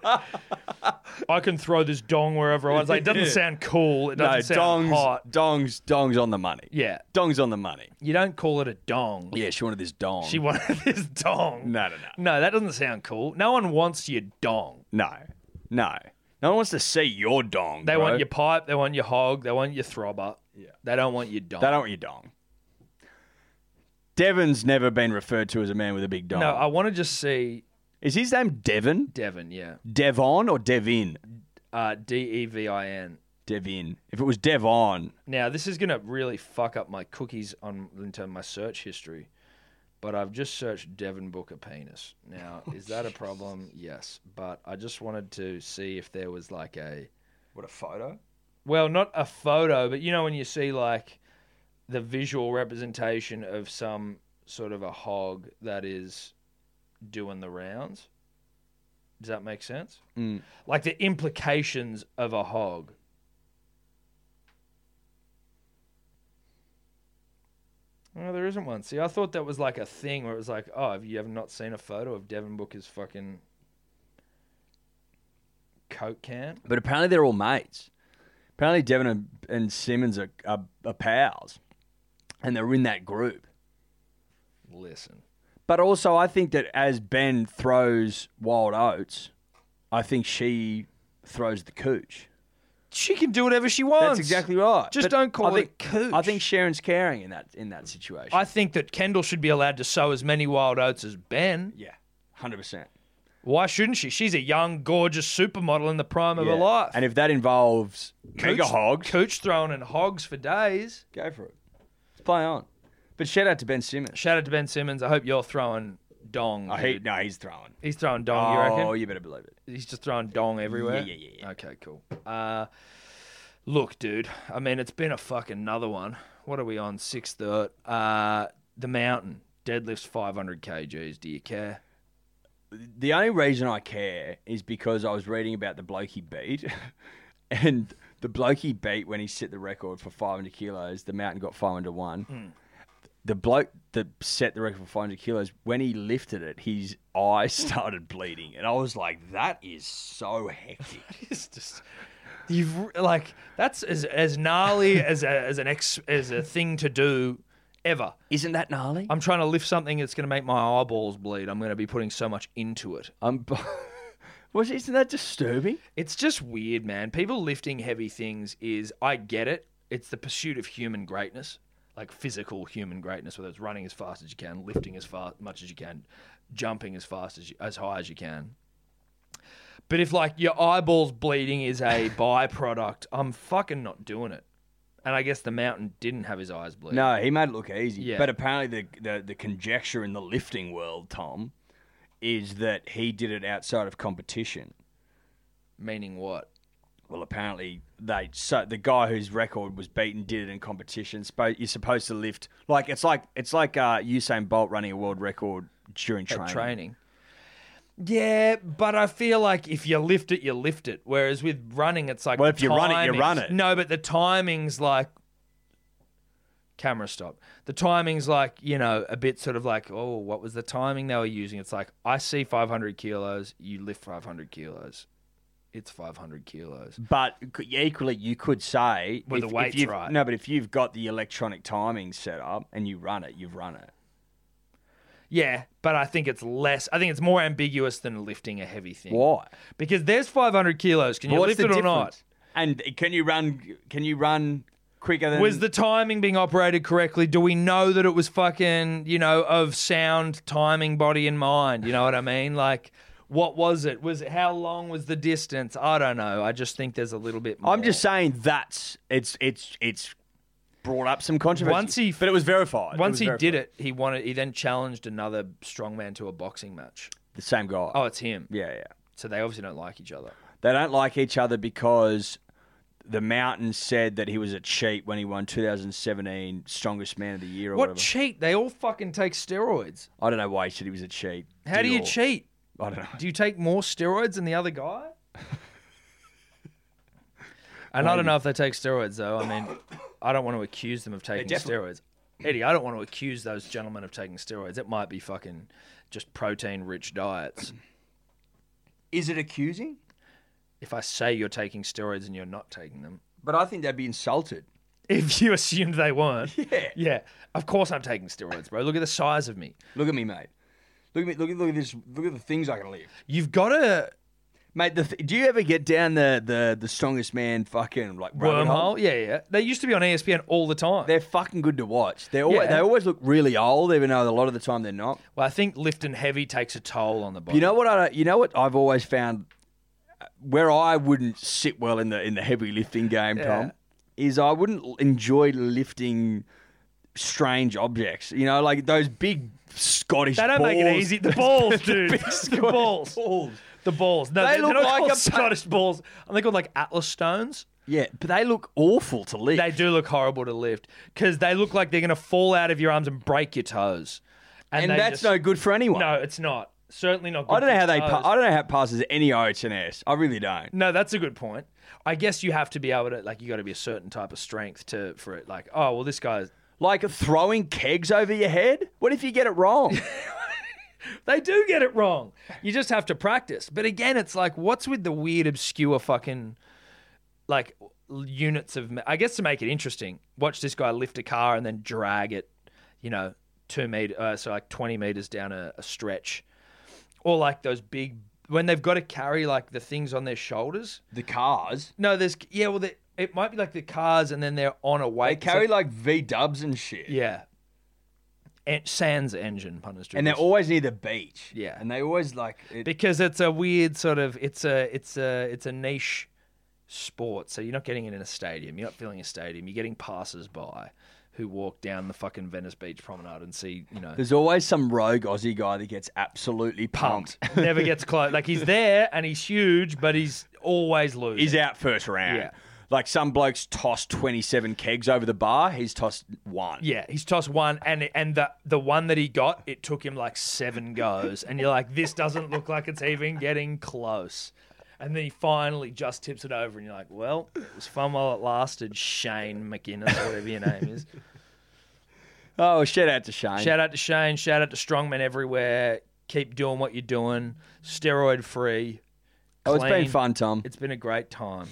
I can throw this dong wherever I want. It's like, it doesn't sound cool. It doesn't sound dong's, hot. dong's, dong's on the money. Yeah. Dong's on the money. You don't call it a dong. Yeah, she wanted this dong. She wanted *laughs* this dong. No, no, no. No, that doesn't sound cool. No one wants your dong. No, no. No one wants to see your dong. They bro. want your pipe. They want your hog. They want your throbber. Yeah. They don't want your dong. They don't want your dong. Devon's never been referred to as a man with a big dong. No, I want to just see Is his name Devon? Devin. Yeah. Devon or Devin? Uh, D E V I N. Devin. If it was Devon, Now this is gonna really fuck up my cookies on in terms of my search history, but I've just searched Devin Booker penis. *laughs* Now Oh, is that a problem? Yes, but I just wanted to see if there was like a what a photo. well, not a photo, but you know when you see like the visual representation of some sort of a hog that is doing the rounds. Does that make sense? Mm. Like the implications of a hog. No, there isn't one. See, I thought that was like a thing where it was like, oh, have you have not seen a photo of Devin Booker's fucking coke can? But apparently they're all mates. Apparently Devon and, and Simmons are, are, are pals, and they're in that group. Listen. But also, I think that as Ben throws wild oats, I think she throws the cooch. She can do whatever she wants. That's exactly right. Just But don't call I think, it cooch. I think Sharon's caring in that in that situation. I think that Kendall should be allowed to sow as many wild oats as Ben. yeah, hundred percent. Why shouldn't she? She's a young, gorgeous supermodel in the prime of her life. And if that involves Cooch- mega hogs, cooch thrown and hogs for days. go for it. Let's play on. But shout out to Ben Simmons. Shout out to Ben Simmons. I hope you're throwing dong. Oh, he, dude. no, he's throwing. He's throwing dong. you reckon? oh, you better believe it. he's just throwing dong everywhere. Yeah, yeah, yeah, yeah. Okay, cool. Uh, look, dude. I mean, it's been a fucking another one. What are we on? Sixth third. Uh, the mountain deadlifts 500 kgs. Do you *laughs* care? the only reason I care is because I was reading about the bloke he beat, *laughs* and the bloke he beat when he set the record for 500 kilos, the mountain got 501. The bloke that set the record for 500 kilos, when he lifted it, his eye *laughs* started bleeding, and I was like, "That is so hectic." It's just you've re- like that's as as *laughs* gnarly as a, as an ex as a thing to do ever. *laughs* Isn't that gnarly? I'm trying to lift something that's going to make my eyeballs bleed. I'm going to be putting so much into it. I'm. *laughs* Was isn't that disturbing? It's just weird, man. People lifting heavy things is I get it. It's the pursuit of human greatness. like physical human greatness, whether it's running as fast as you can, lifting as far much as you can, jumping as fast as you, as high as you can. But if like your eyeballs bleeding is a *laughs* byproduct, I'm fucking not doing it. And I guess the mountain didn't have his eyes bleed. No, he made it look easy. Yeah. But apparently, the, the the conjecture in the lifting world, Tom, is that he did it outside of competition. Meaning what? Well, apparently they so the guy whose record was beaten did it in competition. Spo- You're supposed to lift like it's like it's like uh, Usain Bolt running a world record during At training. training. Yeah, but I feel like if you lift it, you lift it. Whereas with running, it's like Well, the if you run it, you timings- run it. No, but the timings like camera stop. The timings like you know a bit sort of like oh, what was the timing they were using? It's like I see 500 kilos, you lift 500 kilos. It's 500 kilos. But c- equally, you could say Well, the weight's you've- right. No, but if you've got the electronic timing set up and you run it, you've run it. Yeah, but I think it's less. I think it's more ambiguous than lifting a heavy thing. Why? Because there's 500 kilos. Can you What's lift the it or difference? not? And can you run? Can you run quicker than? Was the timing being operated correctly? Do we know that it was fucking, you know, of sound timing, body and mind? You know what I mean? Like, what was it? Was it how long was the distance? I don't know. I just think there's a little bit more. I'm just saying that's it's it's it's brought up some controversy. Once he- but it was verified. Once he did it, he wanted. He then challenged another strongman to a boxing match. the same guy. Oh, it's him. yeah, yeah. So they obviously don't like each other. They don't like each other because the mountain said that he was a cheat when he won 2017 Strongest Man of the Year or What whatever. cheat? They all fucking take steroids. I don't know why he said he was a cheat. How do you Dior. cheat? I don't know. Do you take more steroids than the other guy? And I don't know if they take steroids, though. I mean, I don't want to accuse them of taking steroids. Eddie, I don't want to accuse those gentlemen of taking steroids. It might be fucking just protein rich diets. Is it accusing? If I say you're taking steroids and you're not taking them, *laughs* But I think they'd be insulted. if you assumed they weren't, *laughs* Yeah. yeah, of course I'm taking steroids, bro. Look at the size of me. Look at me, mate. Look at me. Look at look at this. Look at the things I can lift. You've got to Mate, the th- do you ever get down the the the strongest man fucking like rabbit hole? wormhole. Yeah, yeah. They used to be on E ESPN all the time. They're fucking good to watch. They always Yeah. they always look really old, even though a lot of the time they're not. well, I think lifting heavy takes a toll on the body. You know what? I don't- you know what I've always found uh, where I wouldn't sit well in the in the heavy lifting game, Tom, is I wouldn't l- enjoy lifting strange objects. You know, like those big Scottish. They don't balls. make it easy. *laughs* The balls, dude. big the Scottish balls. The balls. No, They they, are look not like called a- Scottish balls. Aren't they called like Atlas stones? Yeah, but they look awful to lift. They do look horrible to lift because they look like they're going to fall out of your arms and break your toes. and they that's just- no good for *laughs* anyone. No, it's not. Certainly not. Good I don't know for how they. toes. Pa- I don't know how it passes any OHS. I really don't. No, that's a good point. I guess you have to be able to like you got to be a certain type of strength to for it. Like, oh well, this guy's. Like throwing kegs over your head. What if you get it *laughs* wrong? They do get it wrong. You just have to practice. But again, it's like, what's with the weird, obscure fucking like l- units of? ma- I guess to make it interesting, watch this guy lift a car and then drag it, you know, two meter, uh, so like twenty meters down a, a stretch, or like those big when they've got to carry like the things on their shoulders. the cars. No, there's yeah, well, they, it might be like the cars and then they're on a They weight. It's carry like, like V dubs and shit. yeah, en- sans engine punters. And they're always near the beach. Yeah. And they always like it, because it's a weird sort of it's a it's a it's a niche sport. So you're not getting it in a stadium. You're not filling a stadium. You're getting passers by who walk down the fucking Venice Beach Promenade and see you know there's always some rogue Aussie guy that gets absolutely pumped. never gets close. Like he's there and he's huge, but he's always losing. He's out first round. Yeah. Like some blokes tossed 27 kegs over the bar, he's tossed one. Yeah, he's tossed one, and and the the one that he got, it took him like seven goes, and you're like, this doesn't look like it's even getting close, and then he finally just tips it over, and you're like, well, it was fun while it lasted, Shane McInnes, whatever your name is. Oh, shout out to Shane. Shout out to Shane, shout out to strongmen everywhere. Keep doing what you're doing, steroid free. oh, it's been clean. fun, Tom. It's been a great time.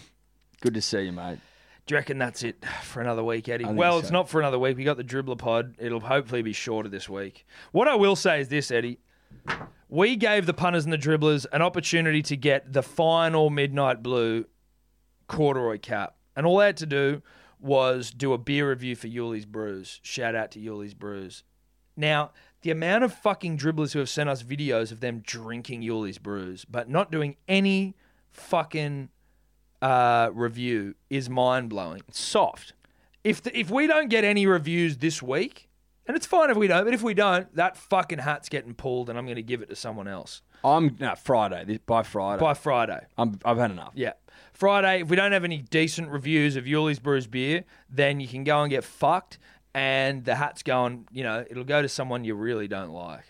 Good to see you, mate. Do you reckon that's it for another week, Eddie? think Well, so. it's not for another week. We got the dribbler pod. It'll hopefully be shorter this week. What I will say is this, Eddie. We gave the punters and the dribblers an opportunity to get the final midnight blue corduroy cap. And all they had to do was do a beer review for Yuli's Brews. Shout out to Yuli's Brews. Now, the amount of fucking dribblers who have sent us videos of them drinking Yuli's Brews, but not doing any fucking uh, review is mind blowing. It's soft. If the, if we don't get any reviews this week, and it's fine if we don't, but if we don't, that fucking hat's getting pulled, and I'm going to give it to someone else I'm no Friday this, by Friday. by Friday. I'm, I've had enough. Yeah. Friday, if we don't have any decent reviews of Yuli's Brews beer, then you can go and get fucked, and the hat's going, you know, it'll go to someone you really don't like.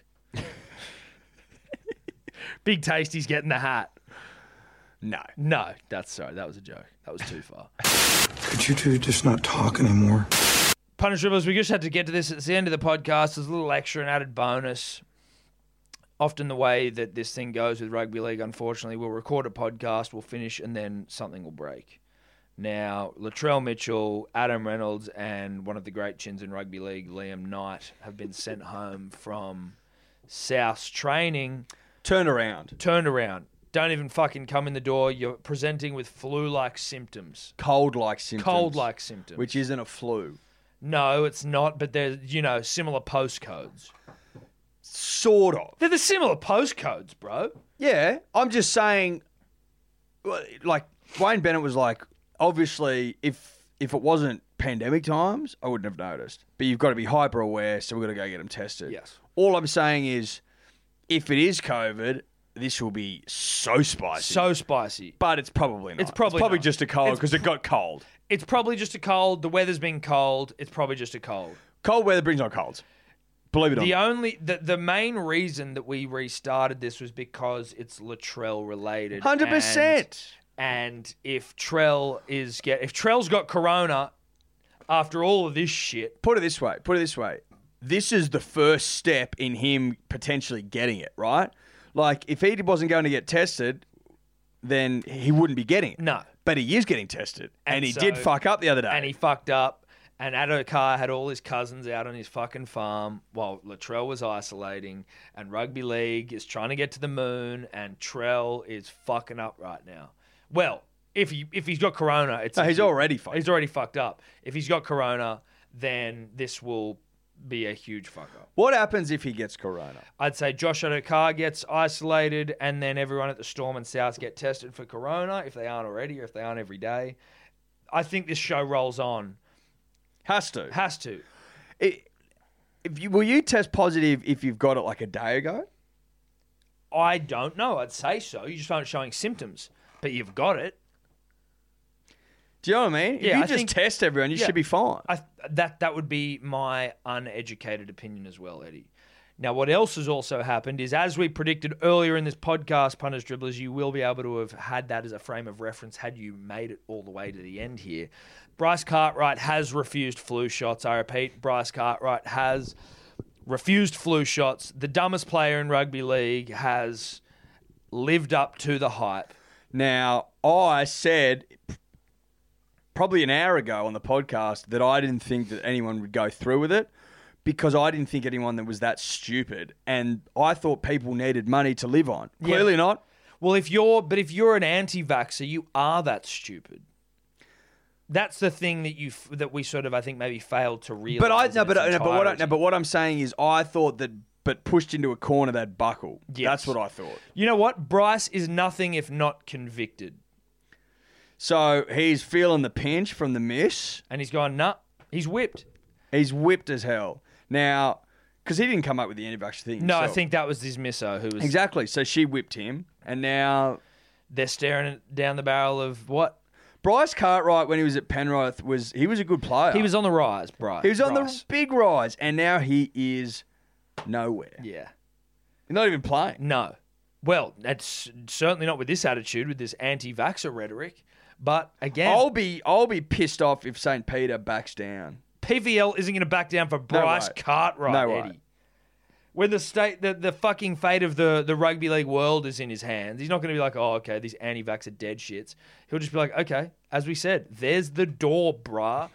Big Tasty's getting the hat. No. No, that's sorry. That was a joke. That was too far. Could you two just not talk anymore? Punish Dribblers, we just had to get to this. It's the end of the podcast. There's a little extra and added bonus. Often the way that this thing goes with rugby league, unfortunately, we'll record a podcast, we'll finish, and then something will break. Now, Latrell Mitchell, Adam Reynolds, and one of the great chins in rugby league, Liam Knight, have been *laughs* sent home from South's training Turn around. turned around. Don't even fucking come in the door. You're presenting with flu like symptoms, Cold like symptoms. cold like symptoms. Which isn't a flu. no, it's not, but they're, you know, similar postcodes. Sort of. They're the similar postcodes, bro. Yeah, I'm just saying, well, like Wayne Bennett was like, obviously, if if it wasn't pandemic times, I wouldn't have noticed. But you've got to be hyper aware, so we've got to go get them tested. Yes. All I'm saying is, if it is COVID, this will be so spicy. So spicy. but it's probably not. It's probably probably not. just a cold It's because it got cold. It's probably just a cold. The weather's been cold. It's probably just a cold. Cold weather brings on colds. Believe it or The not. only the, the main reason that we restarted this was because it's Latrell related. 100%. And, and if Trell is get if Trell's got corona after all of this shit, put it this way. Put it this way. This is the first step in him potentially getting it, right? Like if he wasn't going to get tested, then he wouldn't be getting it. No. But he is getting tested. And, And he so- did fuck up the other day. and he fucked up. And Adokar had all his cousins out on his fucking farm while Latrell was isolating. And rugby league is trying to get to the moon, and Trell is fucking up right now. Well, if he if he's got corona, it's No, he's already fucked He's already fucked up. If he's got corona, then this will be a huge fuck up. what happens if he gets corona? I'd say Josh Adokar gets isolated, and then everyone at the Storm and South get tested for corona if they aren't already, or if they aren't every day. I think this show rolls on. Has to. Has to. It- if you, will you test positive if you've got it like a day ago? I don't know. I'd say so. You just aren't showing symptoms, but you've got it. Do you know what I mean? If Yeah, you I just think- test everyone, you yeah. should be fine. I, that that would be my uneducated opinion as well, Eddie. Now, what else has also happened is, as we predicted earlier in this podcast, punters dribblers, you will be able to have had that as a frame of reference had you made it all the way to the end here. Bryce Cartwright has refused flu shots. I repeat, Bryce Cartwright has refused flu shots. The dumbest player in rugby league has lived up to the hype. Now, I said probably an hour ago on the podcast that I didn't think that anyone would go through with it because I didn't think anyone that was that stupid. And I thought people needed money to live on. Clearly not. Well, if you're, but if you're an anti-vaxer, you are that stupid. That's the thing that you f- that we sort of I think maybe failed to realize. But I in no, but uh, its no, but what I, entirety. no, but what I'm saying is I thought that but pushed into a corner that buckle. Yes. That's what I thought. you know what? Bryce is nothing if not convicted, So he's feeling the pinch from the miss. and he's gone. Nah, he's whipped. He's whipped as hell. Now, because he didn't come up with the anti-vax thing. No, I himself. think that was his misso who was. exactly. So she whipped him, and now They're staring it down the barrel of what Bryce Cartwright, when he was at Penrith, was he was a good player. he was on the rise. Bryce. he was on Bryce. the big rise, and now he is nowhere. yeah. He's not even playing. No. Well, that's certainly not with this attitude, with this anti-vaxxer rhetoric. But again, I'll be I'll be pissed off if St. Peter backs down. PVL isn't going to back down for Bryce way. Cartwright, No way. Eddie. When the state, the, the fucking fate of the, the rugby league world is in his hands, he's not going to be like, oh, okay, these anti-vax are dead shits. He'll just be like, okay, as we said, there's the door, brah.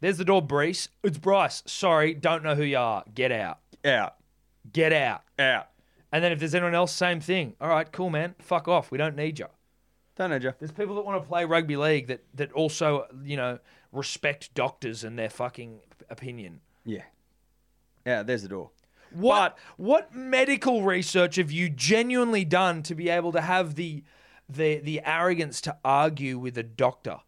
There's the door, Brees. It's Bryce. Sorry, don't know who you are. Get out. Out, Get out. out. And then if there's anyone else, same thing. All right, cool, man. Fuck off. We don't need you. Don't need you. There's people that want to play rugby league that that also you know respect doctors and their fucking opinion. Yeah. Yeah, there's the door. What what medical research have you genuinely done to be able to have the the the arrogance to argue with a doctor?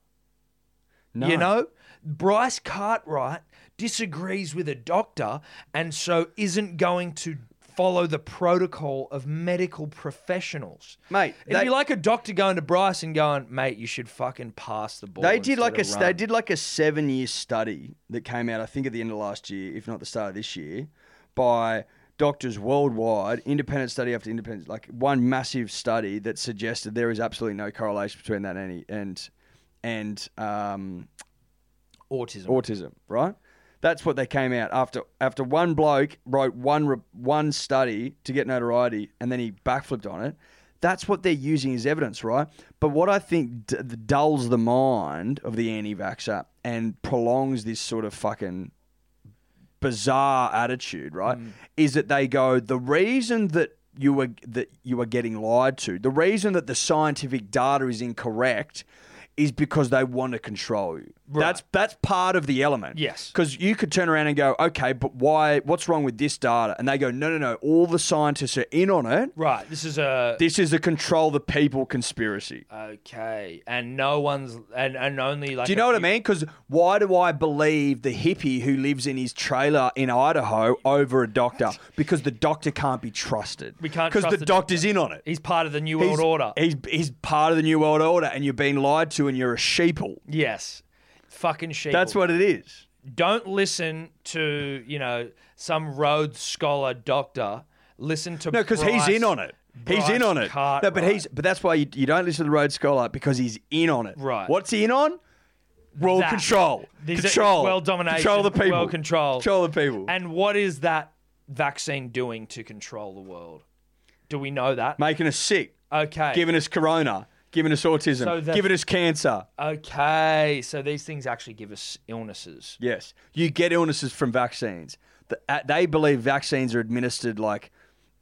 No. You know, Bryce Cartwright disagrees with a doctor and so isn't going to follow the protocol of medical professionals. Mate, it'd they- be like a doctor going to Bryce and going, "Mate, you should fucking pass the ball." They did like a instead of they run." did like a seven year study that came out I think at the end of last year, if not the start of this year, by doctors worldwide, independent study after independent, like one massive study that suggested there is absolutely no correlation between that and any, and and um, autism. autism, right? That's what they came out after. After one bloke wrote one re- one study to get notoriety, and then he backflipped on it. That's what they're using as evidence, right? But what I think d- dulls the mind of the anti-vaxxer and prolongs this sort of fucking bizarre attitude, right? Mm. Is that they go the reason that you were that you are getting lied to, the reason that the scientific data is incorrect, is because they want to control you. That's that's part of the element. Yes. because you could turn around and go, okay, but why? What's wrong with this data? And they go, no, no, no. All the scientists are in on it. Right. This is a This is a control the people conspiracy. okay, and no one's and and only like. Do you a know what I few- mean? Because why do I believe the hippie who lives in his trailer in Idaho over a doctor? Because the doctor can't be trusted. We can't Because trust the, the doctor's in on it. He's part of the New He's- World Order. He's he's part of the new world order, and you're being lied to, and you're a sheeple. yes. Fucking sheep. That's what it is. Don't listen to you know some Rhodes scholar doctor. Listen to No, because he's Bryce- in on it. He's Bryce in on it. No, Cartwright. but he's but that's why you, you don't listen to the Rhodes Scholar because he's in on it. Right. What's he in on? World That. control. These are- control. World domination. Control the people. World control. Control the people. And what is that vaccine doing to control the world? Do we know that? Making us sick. Okay. Giving us corona. Giving us autism. So the- giving us cancer. okay. So these things actually give us illnesses. Yes. You get illnesses from vaccines. The, uh, they believe vaccines are administered like,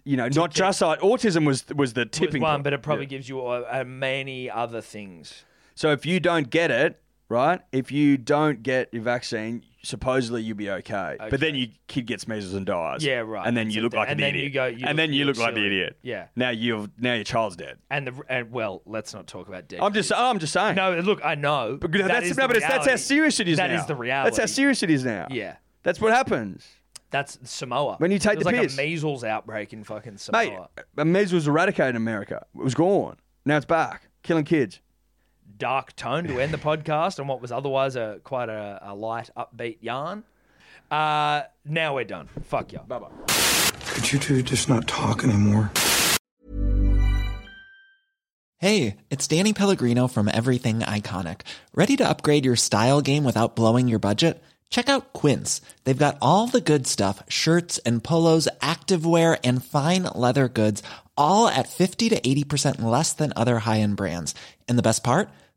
you know, not just like autism was was the With tipping one, point. but it probably Yeah. gives you uh, uh, many other things. So if you don't get it, right? If you don't get your vaccine, supposedly you'll be okay. But then your kid gets measles and dies. Yeah, right. And then you So look th- like and an then idiot. you go- you and look- then you you look look like the silly. idiot. Yeah. Now you've now your child's dead. And the and well, let's not talk about dead. I'm just kids. I'm just saying. no. Look, I know But that's is no, the but it's, that's how reality. serious it is That now. is the reality. That's how serious it is now. Yeah, That's what happens. that's Samoa. When you take it was the like piss. a measles outbreak in fucking Samoa. Mate, uh, measles was eradicated in America. It was gone. Now it's back, killing kids. dark tone to end the podcast on what was otherwise a quite a, a light, upbeat yarn. Uh, now we're done. Fuck you. Could you two just not talk anymore? Hey, it's Danny Pellegrino from Everything Iconic. Ready to upgrade your style game without blowing your budget? Check out Quince. They've got all the good stuff shirts and polos, activewear, and fine leather goods, all at 50 to 80% less than other high end brands. And the best part?